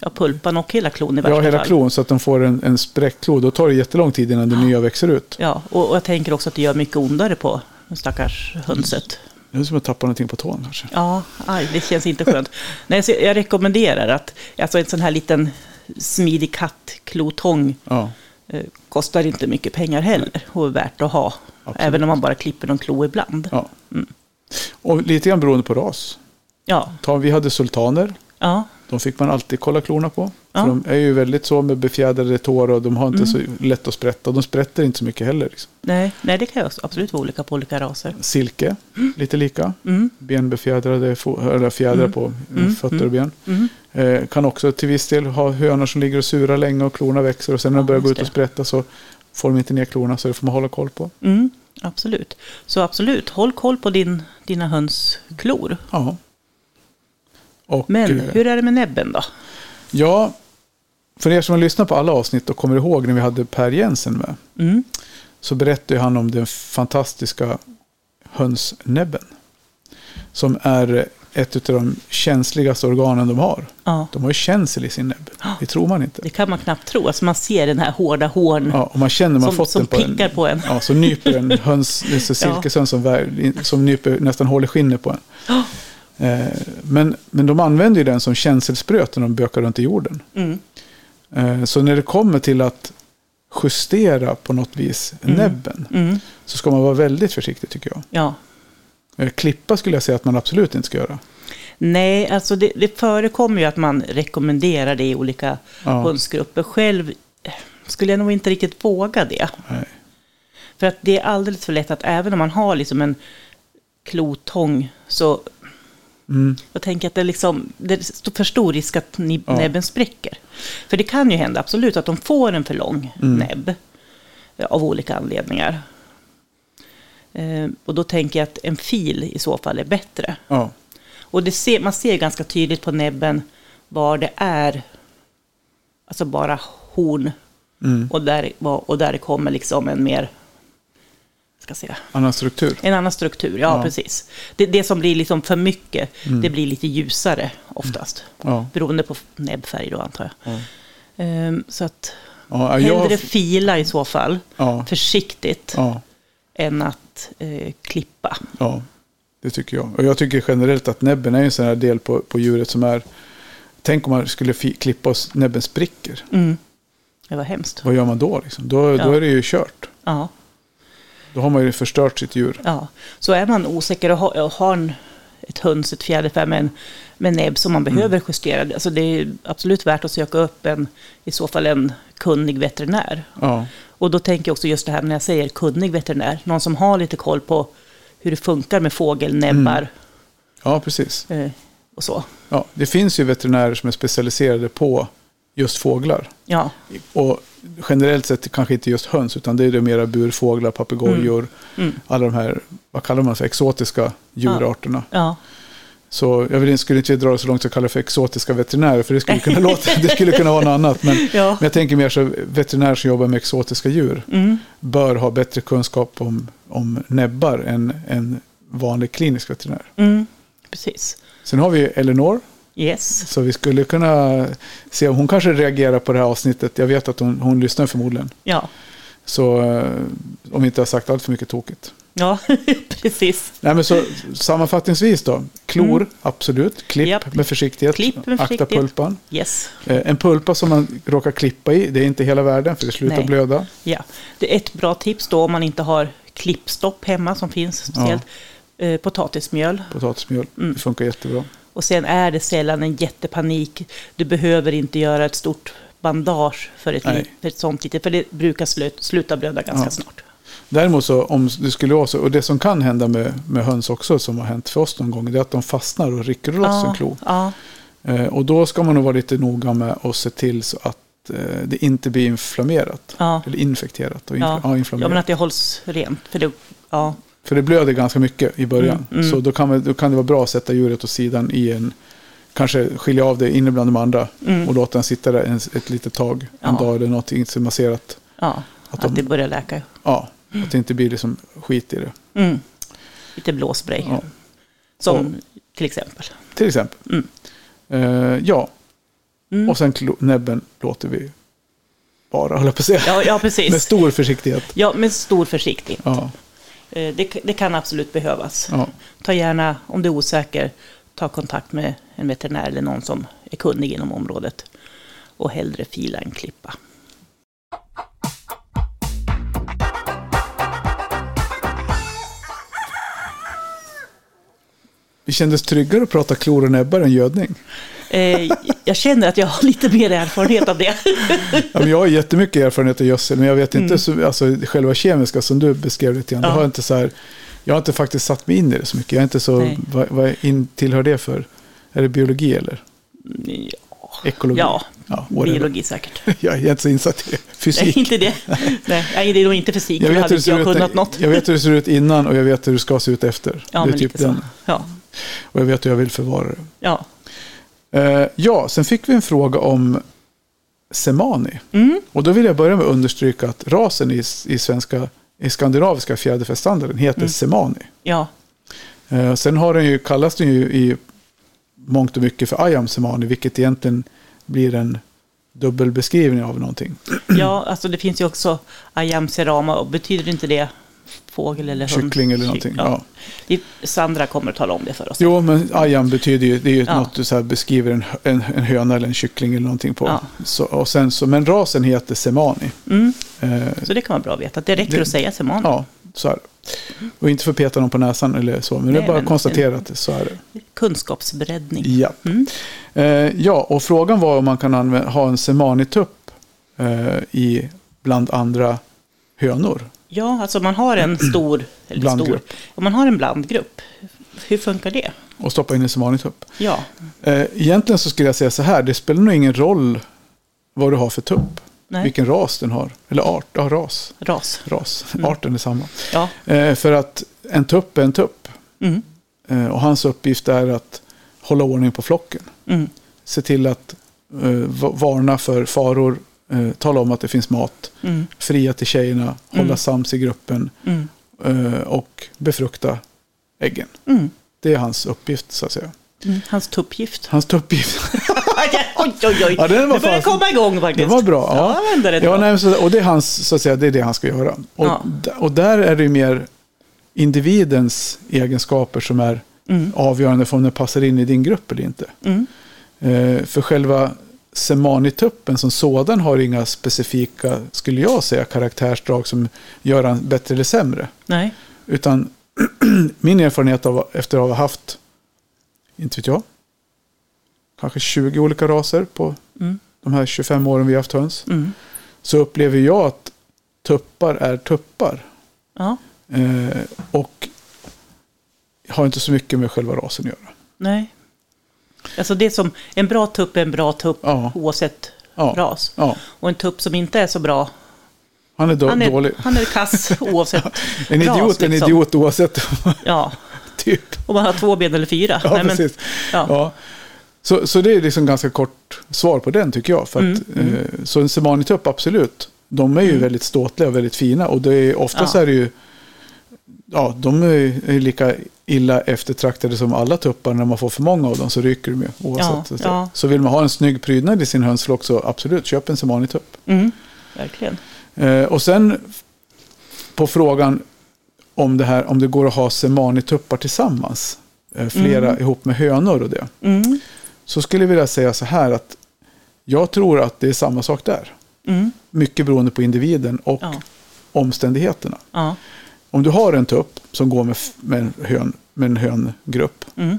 ja, pulpan och hela klon i Ja, värsta hela fall. klon så att den får en, en spräckklo. Då tar det jättelång tid innan det nya växer ut. Ja, och, och jag tänker också att det gör mycket ondare på den stackars hönset. Det är som att tappa någonting på tån kanske. Ja, aj, det känns inte skönt. Nej, så jag rekommenderar att alltså en sån här liten smidig kattklotång Ja. eh, kostar inte mycket pengar heller och är värt att ha. Absolut. Även om man bara klipper någon klo ibland. ja. Mm. Och lite grann beroende på ras. Ja, Ta, vi hade sultaner. ja, De fick man alltid kolla klorna på. Ja. Mm. För de är ju väldigt så med befjädrade tår och de har inte så lätt att sprätta. Och de sprätter inte så mycket heller. Liksom. nej, nej, det kan ju absolut vara olika på olika raser. Silke, lite lika. Mm, Benbefjädrade, fo- eller fjädrar på Mm. fötter och ben. mm. Eh, kan också till viss del ha hönor som ligger och surar länge och klorna växer. Och sen när de Ja, börjar gå just ut och det. sprätta så får de inte ner klorna. Så det får man hålla koll på. Mm, absolut. Så absolut, håll koll på din, dina höns klor. Ja. Och, Men eh, hur är det med näbben då? Ja, för er som har lyssnat på alla avsnitt och kommer ihåg när vi hade Per Jensen med. Mm. så berättar ju han om den fantastiska hönsnäbben. Som är ett av de känsligaste organen de har. Ja, De har ju känsel i sin näbb. Det tror man inte. Ah. det kan man knappt tro. Alltså man ser den här hårda hårn Ja, och man känner man som, fått som den på en. pickar på en. Ja, så nyper en höns, det är så Ja. silkeshöns som, vär- som nyper nästan hål i skinnet på en. Ja. Eh, Men, men de använder ju den som känselspröt när de bökar runt i jorden. Mm. Eh, Så när det kommer till att justera på något vis näbben Mm. så ska man vara väldigt försiktig tycker jag. Ja. Eh, Klippa skulle jag säga att man absolut inte ska göra. Nej, alltså det, det förekommer ju att man rekommenderar det i olika Ja. hönsgrupper. Själv eh, skulle jag nog inte riktigt våga det. Nej. För att det är alldeles för lätt att även om man har liksom en klotång så Mm. jag tänker att det, liksom, det är st- för stor risk att nib- Ja. näbben spräcker. För det kan ju hända, absolut, att de får en för lång Mm. näbb eh, av olika anledningar. Eh, och då tänker jag att en fil i så fall är bättre. Ja. Och det ser, man ser ganska tydligt på näbben var det är alltså bara horn. Mm. Och, där, och där kommer liksom en mer, jag ska se, Annan struktur. en annan struktur. Ja, Ja. Mm. precis. Det, det som blir liksom för mycket, det blir lite ljusare oftast. Ja. Beroende på näbbfärg då antar jag. Ehm, så att Ja, hellre jag, fila i så fall, ja, försiktigt, ja, än att eh, klippa. ja, det tycker jag. Och jag tycker generellt att näbben är en sån här del på, på djuret som är... Tänk om man skulle fi, klippa oss näbben spricker. Mm. Det var hemskt. Vad gör man då? Liksom? Då, då Ja. är det ju kört. Ja, Då har man ju förstört sitt djur. ja. Så är man osäker och har, och har en, ett höns, ett fjäderfä med, en- med en näbb som man Mm. behöver justera, alltså det är absolut värt att söka upp en, i så fall en kunnig veterinär. Ja, Och då tänker jag också just det här när jag säger kunnig veterinär, någon som har lite koll på hur det funkar med fågelnäbbar ja precis. eh, och så. Ja, det finns ju veterinärer som är specialiserade på just fåglar. Ja, Och generellt sett kanske inte just höns, utan det är det mera burfåglar, papegojor, alla de här, vad kallar man för, exotiska djurarterna. ja. Så jag vill, inte- skulle inte dra det så långt som att kalla det för exotiska veterinärer, för det skulle kunna, låta, det skulle kunna vara något annat. Men, Ja. Mm. men jag tänker mer så veterinärer som jobbar med exotiska djur bör ha bättre kunskap om, om näbbar än en vanlig klinisk veterinär. Mm, precis. Sen har vi ju Eleanor, Yes. så vi skulle kunna se om hon kanske reagerar på det här avsnittet. Jag vet att hon, hon lyssnar förmodligen. Ja, Så eh, om vi inte har sagt allt för mycket tokigt. ja precis. Nej, men så, sammanfattningsvis då. Klor, absolut. Klipp Mm. Japp. med försiktighet. Klipp med Akta försiktighet. pulpan. Yes. Eh, en pulpa som man råkar klippa i, det är inte hela världen för det slutar Nej. blöda. Ja. Det är ett bra tips då om man inte har klippstopp hemma som finns speciellt. Eh, potatismjöl. Potatismjöl, Mm. det funkar jättebra. Och sen är det sällan en jättepanik. Du behöver inte göra ett stort bandage för ett, Nej. li- för ett sånt litet, för det brukar slut, sluta blöda ganska Ja. snart. Däremot så om det skulle vara så, och det som kan hända med, med höns också som har hänt för oss någon gång, det är att de fastnar och rycker loss en klo. ja, Eh, och då ska man nog vara lite noga med att se till så att eh, det inte blir inflammerat. ja, Eller infekterat och infl- ja. ja, ja, inflammerat. men att det hålls rent. För det, ja, För det blöder ganska mycket i början. Mm, mm. Så då kan, vi, då kan det vara bra att sätta djuret åt sidan i en... Kanske skilja av det inne bland de andra Mm. och låta den sitta där en, ett litet tag. En Ja. dag eller någonting så man ser att, ja, Att att, de- det börjar läka. ja, att det inte blir liksom skit i det. Mm. Lite blåspray. Ja. Som till exempel. Till exempel. Mm. Eh, ja. Och sen klo- näbben låter vi bara, höll jag på att säga. Ja, ja Med precis. stor försiktighet. Ja, med stor försiktighet. Ja, Eh, Det, det kan absolut behövas. ja, Ta gärna, om du är osäker, ta kontakt med en veterinär eller någon som är kunnig inom området. Och hellre fila än klippa. Det kändes tryggare att prata klor och näbbar än gödning. Eh, jag känner att jag har lite mer erfarenhet av det. Ja, men jag har jättemycket erfarenhet av gödsel, men jag vet inte så, alltså, själva kemiska som du beskrev lite grann. Mm. Ja. Det har jag, inte så här, jag har inte faktiskt satt mig in i det så mycket. Jag är inte så, Nej. vad, vad in, tillhör det för? Är det biologi eller Ja, ekologi? Ja, ja whatever. biologi säkert. Jag är inte så insatt i det. Nej, fysik. inte det. Nej, nej, det är nog inte fysik. Jag Jag vet, hur hade det inte ser jag ut, kunnat något. jag vet hur det ser ut innan och jag vet hur det ska se ut efter. Ja, det men är typ lite så. den. Ja, Och jag vet hur jag vill förvara det. ja. Eh, ja, sen fick vi en fråga om semani. Mm. Och då vill jag börja med att understryka att rasen i, i, svenska, i skandinaviska fjäderfästandarden heter Mm. semani. ja. Eh, sen har den ju, kallas den ju i mångt och mycket för ayam semani, vilket egentligen blir en dubbelbeskrivning av någonting. Ja, alltså det finns ju också ayam serama och betyder inte det fågel eller hund? Kyckling eller någonting, ja. Det- Sandra kommer att tala om det för oss. Jo, men ayam betyder ju, det är ju Ja. något du så här beskriver en, en, en höna eller en kyckling eller någonting på. Ja. Så, och sen, så, men rasen heter semani. Mm, Eh, så det kan vara bra att veta. Det räcker Det- att säga semana. Ja, så är det. Och inte för att peta någon på näsan eller så, men det Nej, är bara men- att konstatera att så är det. Kunskapsbreddning. Mm. Ja. Eh, ja, och frågan var om man kan anvä- ha en semanitupp eh, i bland andra hönor. Ja, alltså man har en stor... Eller Blandgrupp. Stor, om man har en blandgrupp, hur funkar det? Och stoppa in en semanitupp. Ja, Eh, egentligen så skulle jag säga så här, det spelar nog ingen roll vad du har för tupp. Nej. Vilken ras den har. Eller art, ja ras. ras. ras. Mm. Arten är samma. Ja, Eh, för att en tupp är en tupp. mm, Eh, och hans uppgift är att hålla ordning på flocken. mm, se till att eh, va- varna för faror, eh, tala om att det finns mat, mm, fria till tjejerna, Mm. hålla sams i gruppen mm, eh, och befrukta äggen. mm. Det är hans uppgift så att säga. Mm, hans tuppgift. Hans uppgift. oj, oj, oj. Ja, den var det börjar fan- komma igång faktiskt. Det var bra. Ja, Ja. jag vände det Ja, bra. nej, men så, och det är, hans, så att säga, det är det han ska göra. Och, Ja. d- och där är det ju mer individens egenskaper som är Mm. avgörande för om den passar in i din grupp eller inte. Mm, Eh, för själva semanituppen som sådan har inga specifika, skulle jag säga, karaktärsdrag som gör han bättre eller sämre. nej. Utan min erfarenhet av, efter att ha haft, inte vet jag, kanske 20 olika raser på Mm, de här 25 åren vi har haft höns, mm. så upplever jag att tuppar är tuppar. Ja, Eh, och har inte så mycket med själva rasen att göra. nej. Alltså det är som, en bra tupp är en bra tupp Ja. oavsett Ja. ras. Ja, Och en tupp som inte är så bra, han är, då, han är, dålig. han är kass oavsett En ras, idiot är en liksom. idiot oavsett Ja, typ. om man har två ben eller fyra. Ja, Nej, men- precis. ja. Ja. Så, så det är liksom ganska kort svar på den tycker jag. För att, Mm. Eh, så en semanitupp, absolut. De är ju väldigt ståtliga och väldigt fina. Och det är, oftast Ja. är det ju... Ja, de är ju är ju lika illa eftertraktade som alla tuppar. När man får för många av dem så ryker de ju. Oavsett. Ja, så, ja. så vill man ha en snygg prydnad i sin hönsflock så absolut, köp en semanitupp. Mm, verkligen. Eh, och sen på frågan om det, här, om det går att ha semanituppar tillsammans. Eh, flera ihop med hönor och det Mm, så skulle jag vilja säga så här att jag tror att det är samma sak där. mm, Mycket beroende på individen och ja, omständigheterna. ja, Om du har en tupp som går med, f- med, en, hön, med en höngrupp mm,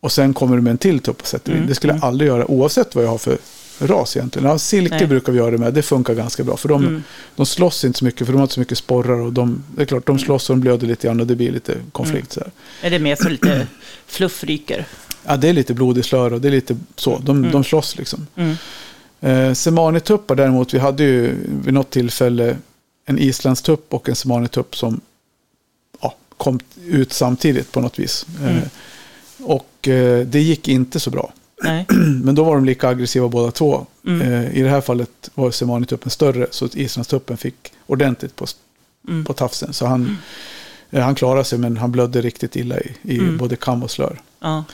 och sen kommer du med en till tupp och sätter in. Det skulle jag aldrig göra oavsett vad jag har för ras egentligen. Ja, silke Nej. brukar vi göra det med, det funkar ganska bra. För de, de slåss inte så mycket, för de har inte så mycket sporrar. Och de, det är klart, de slåss och de blöder lite grann och det blir lite konflikt. Så här. Är det mer så lite fluffryker? Ja, det är lite blodig slöra och det är lite så. De, de slåss liksom. Mm. Eh, semanituppar däremot, vi hade ju vid något tillfälle en islandstupp och en semanitupp som ja, kom ut samtidigt på något vis. Eh, och eh, det gick inte så bra. Nej, Men då var de lika aggressiva båda två. Mm. Eh, I det här fallet var semanituppen större så att islandstuppen fick ordentligt på, Mm. på tafsen. Så han, Mm. eh, han klarade sig men han blödde riktigt illa i, i både kam och slör. ja,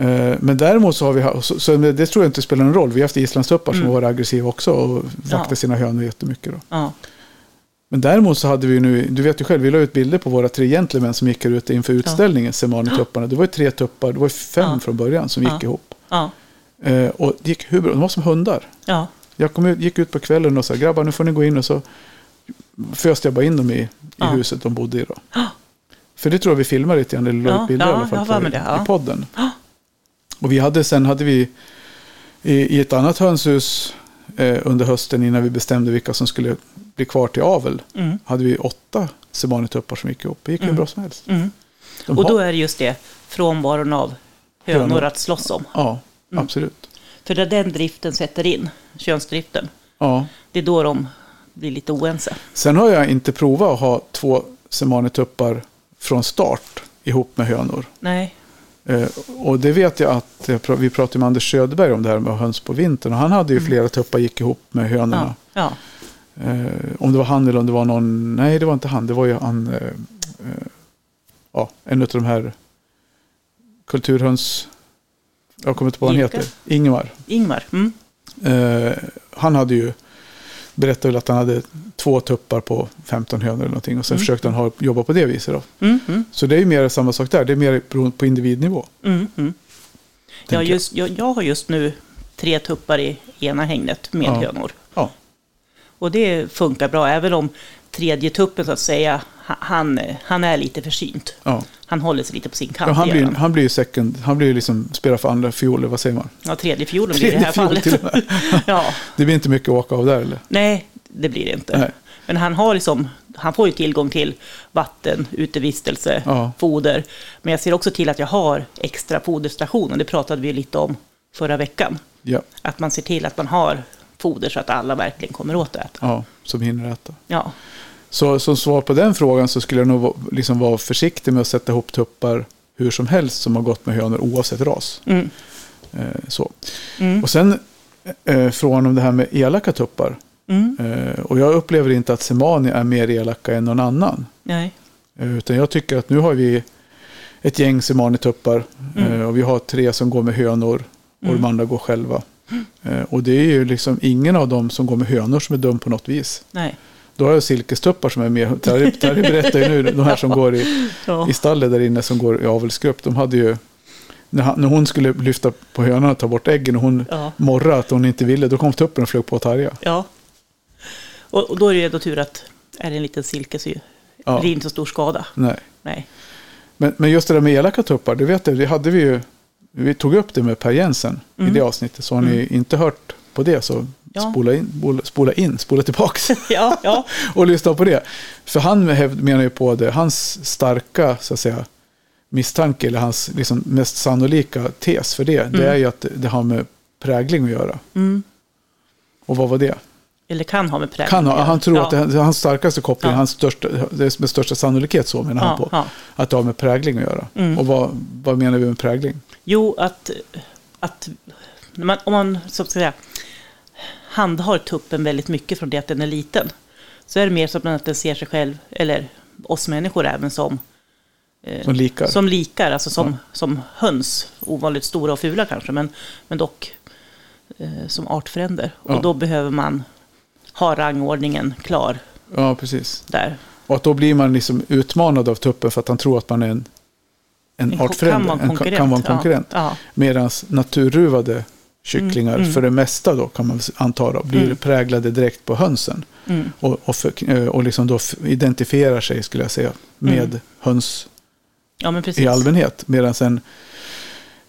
Eh, Men däremot så har vi ha- så, så det det tror jag inte spelar någon roll. Vi har haft islandstuppar som har varit aggressiva också och vaktat Mm. Ja. sina hönor jättemycket. Då. Ja. Men däremot så hade vi ju nu, du vet ju själv, vi la ut bilder på våra tre gentlemän som gick här ute inför utställningen, Semani-tupparna. Det var ju tre tuppar, det var ju fem Ja. från början som gick Ja. ihop. Ja. Eh, och det gick hur bra, de var som hundar. Ja. Jag kom ut, gick ut på kvällen och sa, grabbar nu får ni gå in och så föste jag bara in dem i, i Ja. huset de bodde i då. Ja. För det tror jag vi filmade lite grann, eller la Ja, ut bilder ja, i alla fall jag var för- med det, ja. i podden. Ja. Och vi hade, sen hade vi i, i ett annat hönshus eh, under hösten innan vi bestämde vilka som skulle bli kvar till avel Mm. hade vi åtta semanituppar som gick ihop. Det gick hur bra som helst. Mm. De Och då har- är det just det, frånvaron av hönor Hönor. att slåss om. Ja, Mm. absolut. För där den driften sätter in, könsdriften, Ja. det är då de blir lite oense. Sen har jag inte provat att ha två semanituppar från start ihop med hönor. Nej. Eh, och det vet jag att jag pra- vi pratade med Anders Söderberg om det här med höns på vintern. Och han hade ju flera tuppar gick ihop med hönorna. Ja. Mm. Ja. Eh, om det var han eller om det var någon, nej det var inte han, det var ju han, eh, eh, ja, en av de här kulturhöns, jag kommer inte på vad han Jirka? heter, Ingemar. Ingmar. Mm. Eh, han hade ju berättat väl att han hade två tuppar på 15 hönor eller någonting och sen försökte han ha, jobba på det viset. Då. Mm. Mm. Så det är ju mer samma sak där, det är mer beroende på individnivå. Mm. Mm. tänker jag. Jag, just, jag, jag har just nu tre tuppar i ena hängnet med Ja. hönor. Ja, Och det funkar bra, även om tredje tuppen så att säga, ha- han, han är lite försynt. ja. Han håller sig lite på sin kant. Ja, han, det blir, gör han. han blir ju second, han blir ju liksom spelar för andra fioler, vad säger man? Ja, tredje fiolen blir det i det här Tredje fiol fallet. till och med. ja, Det blir inte mycket att åka av där eller? nej, det blir det inte. Nej. Men han, har liksom, han får ju tillgång till vatten, utevistelse, Ja. foder. Men jag ser också till att jag har extra foderstationer. Det pratade vi lite om förra veckan. Ja, Att man ser till att man har foder så att alla verkligen kommer åt att äta. ja som hinner äta. Ja, Så som svar på den frågan så skulle jag nog va- liksom vara försiktig med att sätta ihop tuppar hur som helst som har gått med hönor oavsett ras. mm. Eh, så. Mm. Och sen eh, frågan om det här med elaka tuppar. Mm. Eh, och jag upplever inte att Semani är mer elaka än någon annan. nej, Eh, utan jag tycker att nu har vi ett gäng Semani-tuppar Mm. eh, och vi har tre som går med hönor och de andra går själva. Eh, och det är ju liksom ingen av dem som går med hönor som är dum på något vis. nej. Då har jag silkestuppar som är med. Tarip, Tarip berättar ju nu, de här som går i, Ja. i stallet där inne som går i avelsgrupp. De hade ju, när, han, när hon skulle lyfta på hönan och ta bort äggen och hon Ja. morrade att hon inte ville, då kom tuppen och flög på Tarja. Ja. Och, och då är det ju ändå tur att är det en liten silke så ju- Ja. blir det inte så stor skada. Nej. Nej. Men, men just det där med elaka tuppar, det vet jag, det hade vi ju, vi tog upp det med Per Jensen i det avsnittet. Så har ni inte hört på det så Mm. Ja. spola, in, bol- spola in, spola tillbaks. Ja, ja. och lyssna på det. För han häv- menar ju på det, hans starka så att säga, misstanke, eller hans liksom, mest sannolika tes för det, Mm. det är ju att det har med prägling att göra. Och vad var det? Eller kan ha med prägling Kan att ha, göra. han tror ja. att det, det är hans starkaste koppling, Ja. hans största, det är med största sannolikhet så menar han Ja, på, ja. Mm. att det har med prägling att göra. Och vad, vad menar vi med prägling? Jo, att, att när man, om man så att säga, handhar tuppen väldigt mycket från det att den är liten så är det mer som att den ser sig själv, eller oss människor även, som, Som likar? som likar, alltså som, Ja. som höns. Ovanligt stora och fula kanske, men, men dock eh, som artfränder. Ja. Och då behöver man ha rangordningen klar Ja, precis. där. Och att då blir man liksom utmanad av tuppen för att han tror att man är en, en, En ko- artfrände, en ko- kan vara en konkurrent. Ja, Mm, Medan naturruvade kycklingar, för det mesta då kan man anta, då, blir präglade direkt på hönsen. ja. Mm, Och, och, för, och liksom då f- identifierar sig, skulle jag säga, med Mm. höns ja, men precis. i allmänhet. Medan en,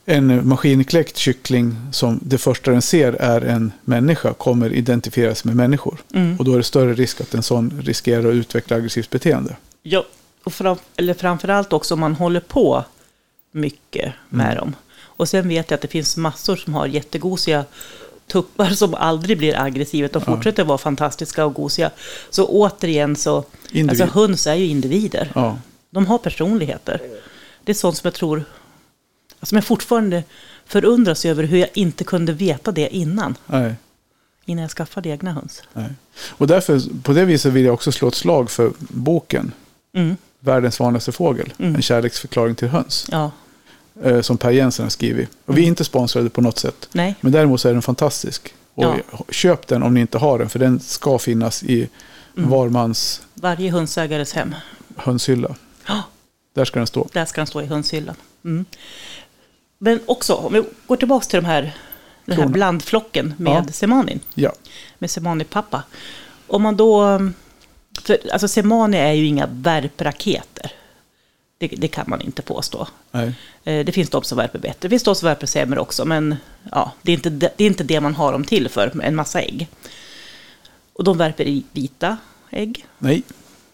en maskinkläckt kyckling, som det första den ser är en människa, kommer identifieras med människor. Mm. Och då är det större risk att en sån riskerar att utveckla aggressivt beteende. Ja, och fram, eller framförallt också om man håller på mycket med Mm. dem. Och sen vet jag att det finns massor som har jättegosiga tuppar som aldrig blir aggressiva. De fortsätter vara fantastiska och gosiga. Så återigen så, Individ. alltså höns är ju individer. Ja, De har personligheter. Det är sånt som jag tror, alltså som jag fortfarande förundras över hur jag inte kunde veta det innan. nej. Innan jag skaffade egna höns. Nej. Och därför, på det viset vill jag också slå ett slag för boken Mm, Världens vanligaste fågel. En kärleksförklaring till höns. ja, eh, som Per Jensen har skrivit. Och vi är inte sponsrade på något sätt. Mm. Nej. Men däremot så är den fantastisk. Och Ja. köp den om ni inte har den, för den ska finnas i Mm. var mans Varje hönsägares hem. hönshylla. Ja, Där ska den stå. där ska den stå i hönshyllan. Mm. Men också, om vi går tillbaka till de här, den här Klorna. blandflocken med Ja. semanin. Ja, med Semani-pappa. Om man då... För, alltså Semani är ju inga värpraketer. Det, det kan man inte påstå. nej. Eh, Det finns de som värper bättre, det finns de som värper sämre också, men ja, det, är inte det, det är inte det man har dem till för, en massa ägg. Och de värper i vita ägg. nej.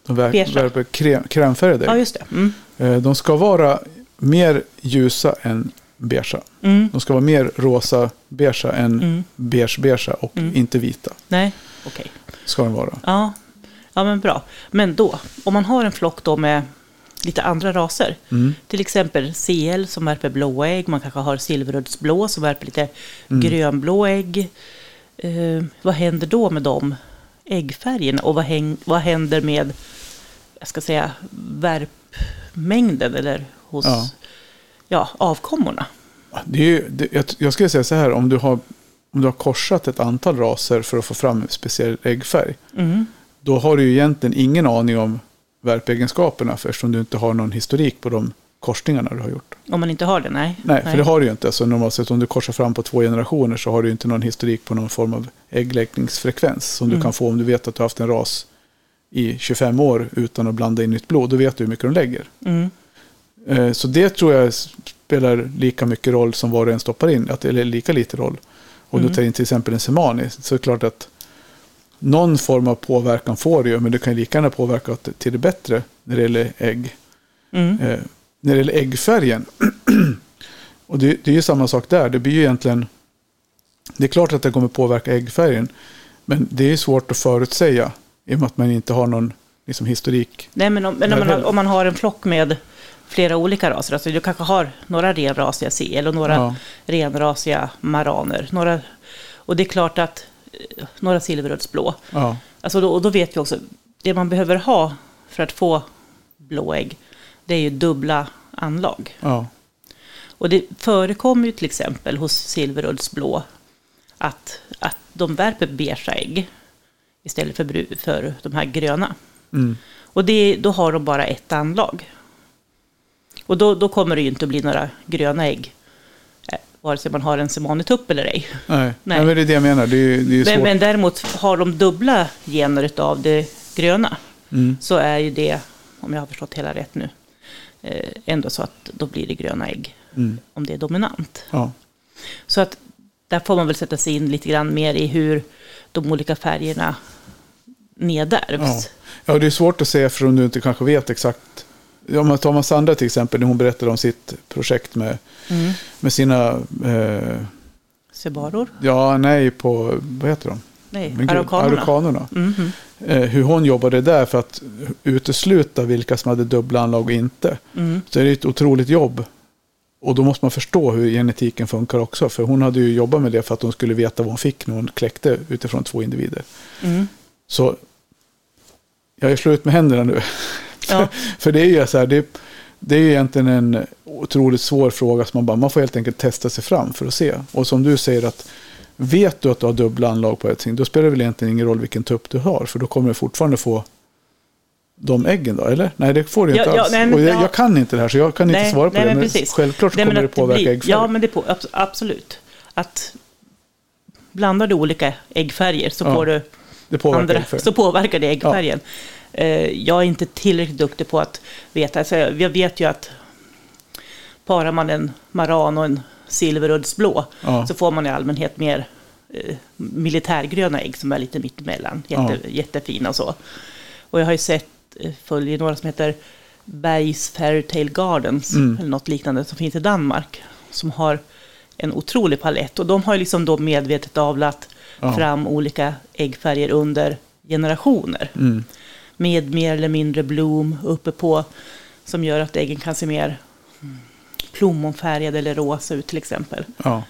De Beige. vär- värper krem, krämfärgade Ja, ägg. just det. Mm. Eh, De ska vara mer ljusa än beige. Mm. De ska vara mer rosa beige än beige beige och Mm. inte vita. Nej, okej. Ska de vara. Ja. ja, men bra. Men då, om man har en flock då med lite andra raser, Mm. till exempel CL som värper blåa ägg, man kanske har silverrödsblå som värper lite Mm. grönblå ägg. Eh, vad händer då med de äggfärgerna och vad, häng, vad händer med, jag ska säga, värpmängden eller hos ja. Ja. avkommorna? Det är ju, det, jag, jag skulle säga så här, om du, har, om du har korsat ett antal raser för att få fram en speciell äggfärg, då har du ju egentligen ingen aning om värpegenskaperna för eftersom du inte har någon historik på de korsningarna du har gjort. Om man inte har det, nej. Nej, för det har du ju inte. Alltså, normalt sett om du korsar fram på två generationer så har du ju inte någon historik på någon form av äggläggningsfrekvens som du kan få om du vet att du har haft en ras i 25 år utan att blanda in nytt blod. Då vet du hur mycket de lägger. Mm. Eh, Så det tror jag spelar lika mycket roll som vad du än stoppar in, att- eller lika lite roll. Om du tar in till exempel en semani så är det klart att någon form av påverkan får du ju, men du kan ju lika gärna påverka åt- till det bättre när det gäller ägg. Mm. Eh, när det gäller äggfärgen, och det, det är ju samma sak där, det blir ju egentligen, det är klart att det kommer påverka äggfärgen, men det är ju svårt att förutsäga i och med att man inte har någon liksom, historik Nej, men om, men Nej, om, man, har- heller. om man har en flock med flera olika raser, alltså du kanske har några renrasiga CL och några Ja. renrasiga maraner. Några, och det är klart att eh, några silverrödsblå. ja, Alltså då, och då vet vi också, det man behöver ha för att få blå ägg, det är ju dubbla anlag. ja, Och det förekommer ju till exempel hos silverrödsblå att, att de värper beige ägg istället för, bru- för de här gröna. mm, Och det, då har de bara ett anlag. Och då, då kommer det ju inte att bli några gröna ägg. eh, Vare sig man har en semanitupp eller ej. nej. Nej. nej. men det är det jag menar, det är, ju- det är ju svårt. Men, men däremot har de dubbla gener av det gröna. Mm. Så är ju det, om jag har förstått hela rätt nu, eh, ändå så att då blir det gröna ägg. Om det är dominant. Mm. Ja, Så att där får man väl sätta sig in lite grann mer i hur de olika färgerna ja. nedärvs. ja, det är svårt att säga eftersom du inte kanske vet exakt. Om man tar Sandra till exempel, när hon berättade om sitt projekt med, med sina, eh, Sebaror? ja, nej, på, vad heter de? Nej, Men gud, araukanerna. araukanerna. Eh, hur hon jobbade där för att utesluta vilka som hade dubbla anlag och inte. Mm. Så det är ett otroligt jobb. Och då måste man förstå hur genetiken funkar också. För hon hade ju jobbat med det för att hon skulle veta vad hon fick när hon kläckte utifrån två individer. Mm. Så jag är slut med händerna nu. Ja. För det är ju så här, det, det är ju egentligen en otroligt svår fråga som man bara, man får helt enkelt testa sig fram för att se. Och som du säger att vet du att du har dubbla anlag på ett ting, då spelar det väl egentligen ingen roll vilken tupp du har, för då kommer du fortfarande få de äggen då, eller? Nej, det får du Ja, inte ja, alls. nej, men- och jag, ja. jag kan inte det här, så jag kan inte svara på det. men Men precis. självklart så Nej, men kommer det att det påverka blir- äggfärgen. Ja, men det på, abs- absolut. Att blandar du olika äggfärger så, Ja, får du det påverkar andra, äggfärgen. så påverkar det äggfärgen. Eh, Jag är inte tillräckligt duktig på att veta. Alltså, jag vet ju att parar man en maran och en silveruddsblå Ja. så får man i allmänhet mer eh, militärgröna ägg som är lite mittemellan. Jätte, Ja. Jättefina och så. Och jag har ju sett, eh, följer några som heter Bergs Fairytale Gardens Mm. eller något liknande som finns i Danmark. Som har en otrolig palett och de har ju liksom då medvetet avlat Ja. fram olika äggfärger under generationer. Mm. Med mer eller mindre blom uppe på som gör att äggen kan se mer mm, plommonfärgade eller rosa ut till exempel. ja.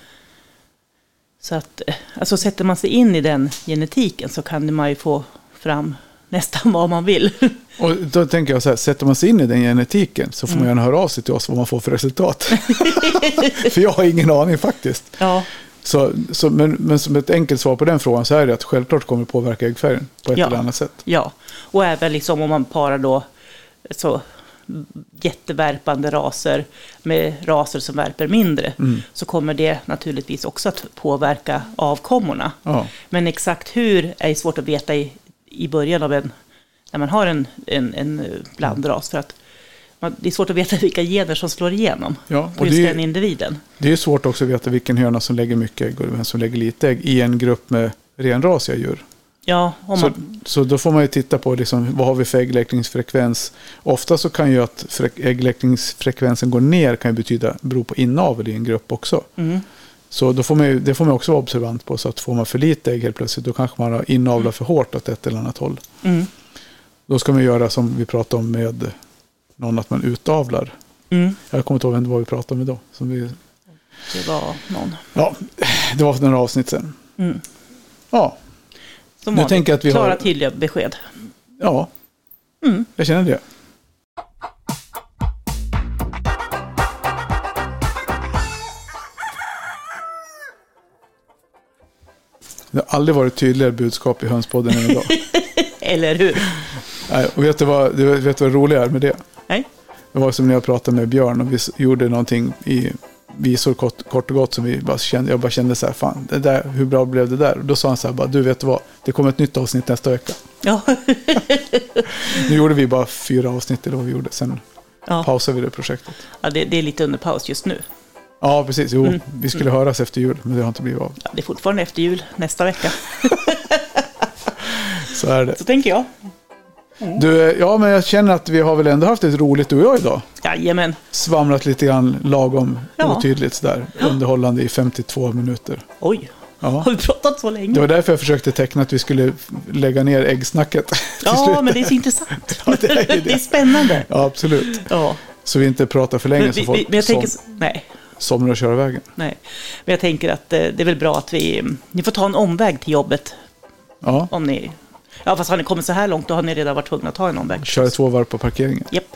Så att, eh, alltså sätter man sig in i den genetiken så kan man ju få fram nästan vad man vill. Och då tänker jag så här, sätter man sig in i den genetiken så får Mm. man gärna höra av sig till oss vad man får för resultat. för jag har ingen aning faktiskt. Ja, Så, så, men, men som ett enkelt svar på den frågan så är det att självklart kommer det påverka äggfärgen på ett Ja. eller annat sätt. ja. Och även liksom om man parar då så jättevärpande raser med raser som värper mindre Mm. så kommer det naturligtvis också att påverka avkommorna. Ja. Men exakt hur är ju svårt att veta i, i början av en, när man har en, en, en eh, blandras. För att man, det är svårt att veta vilka gener som slår igenom Ja, på och just det är- den individen. Det är ju svårt också att veta vilken höna som lägger mycket ägg och vem som lägger lite ägg i en grupp med renrasiga djur. Ja, om Så, man, så då får man ju titta på liksom, vad har vi för äggläckningsfrekvens. Ofta så kan ju att frek- äggläckningsfrekvensen går ner kan ju betyda bero på inavel i en grupp också. mm, Så då får man ju, det får man också vara observant på. Så att får man för lite ägg helt plötsligt då kanske man har inavlat för hårt åt ett eller annat håll. mm, Då ska man göra som vi pratade om med någon att man utavlar. mm, Jag kommer inte ihåg vem det var vi pratade om idag. Som vi, det var någon. ja, det var för några avsnitt sedan. Mm. Ja, Som Nu vanligt, tänker jag att vi klara har- tydliga besked. ja. Mm. jag känner det. Det har aldrig varit tydligare budskap i hönspodden än idag. Eller hur? Nej, och vet du vad, du vet vad det roliga är med det? Nej? Det var som när jag pratade med Björn och vi s- gjorde någonting i visor kort, kort och gott som vi bara kände, jag bara kände så här, fan, det där, hur bra blev det där? Och då sa han så här, bara, du vet du vad, det kommer ett nytt avsnitt nästa vecka. Ja. Nu gjorde vi bara fyra avsnitt eller vad vi gjorde, sen ja. pausade vi det projektet. ja det, det är lite under paus just nu. Ja, precis, Mm. jo, vi skulle höras efter jul, men det har inte blivit av. Ja, det är fortfarande efter jul nästa vecka. Så är det. Så tänker jag. Mm. Du, eh, ja, men jag känner att vi har väl ändå haft ett roligt du och jag idag. Jajamän. Svamlat lite grann lagom Ja. otydligt sådär, underhållande i 52 minuter. Oj, Ja. har vi pratat så Det länge? var därför jag försökte teckna att vi skulle lägga ner äggsnacket till Ja, slut. men det är så intressant. Ja, det är ju det. det är spännande. Ja, absolut. Ja. Så vi inte pratar för Men, länge vi, så vi, folk men jag tänker, som, så- nej, somnar och kör vägen. nej. Men jag tänker att eh, det är väl bra att vi, mm, ni får ta en omväg till jobbet Ja, om ni, ja fast har ni kommit så här långt då har ni redan varit tvungna att ta en omväg. kör två varv på parkeringen. Japp.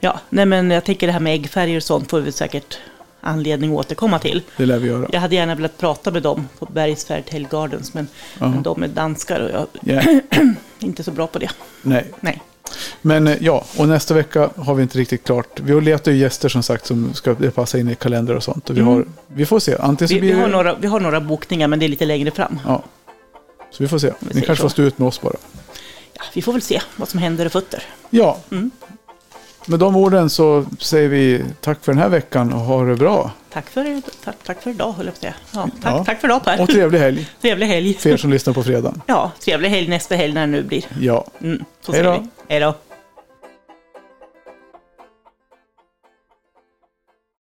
Ja, nej men jag tänker det här med äggfärger och sånt får vi säkert anledning att återkomma till. Det lär vi göra. Jag hade gärna velat prata med dem på Bergsfärd Tell Gardens, men, Ja. men de är danskar och jag Ja, är inte så bra på det. Nej. Nej. Men eh, ja, och nästa vecka har vi inte riktigt klart. Vi letar ju gäster som sagt som ska passa in i kalendrar och sånt. Och vi, har, vi får se. Antingen så Mm. Vi, vi, blir har det- några, vi har några bokningar, men det är lite längre fram. Ja. Så vi får se. Ni säger kanske så. får stå ut med oss bara. Ja, vi får väl se vad som händer i fötter. Ja. Mm. Med de orden så säger vi tack för den här veckan och ha det bra. Tack för, tack, tack för idag, höll jag på att säga. Ja, tack, Ja. tack för idag, Per. Och trevlig helg Trevlig helg. för er som lyssnar på fredagen. Ja, trevlig helg nästa helg när det nu blir. Ja. Mm, så Hej säger då. vi. Hej då.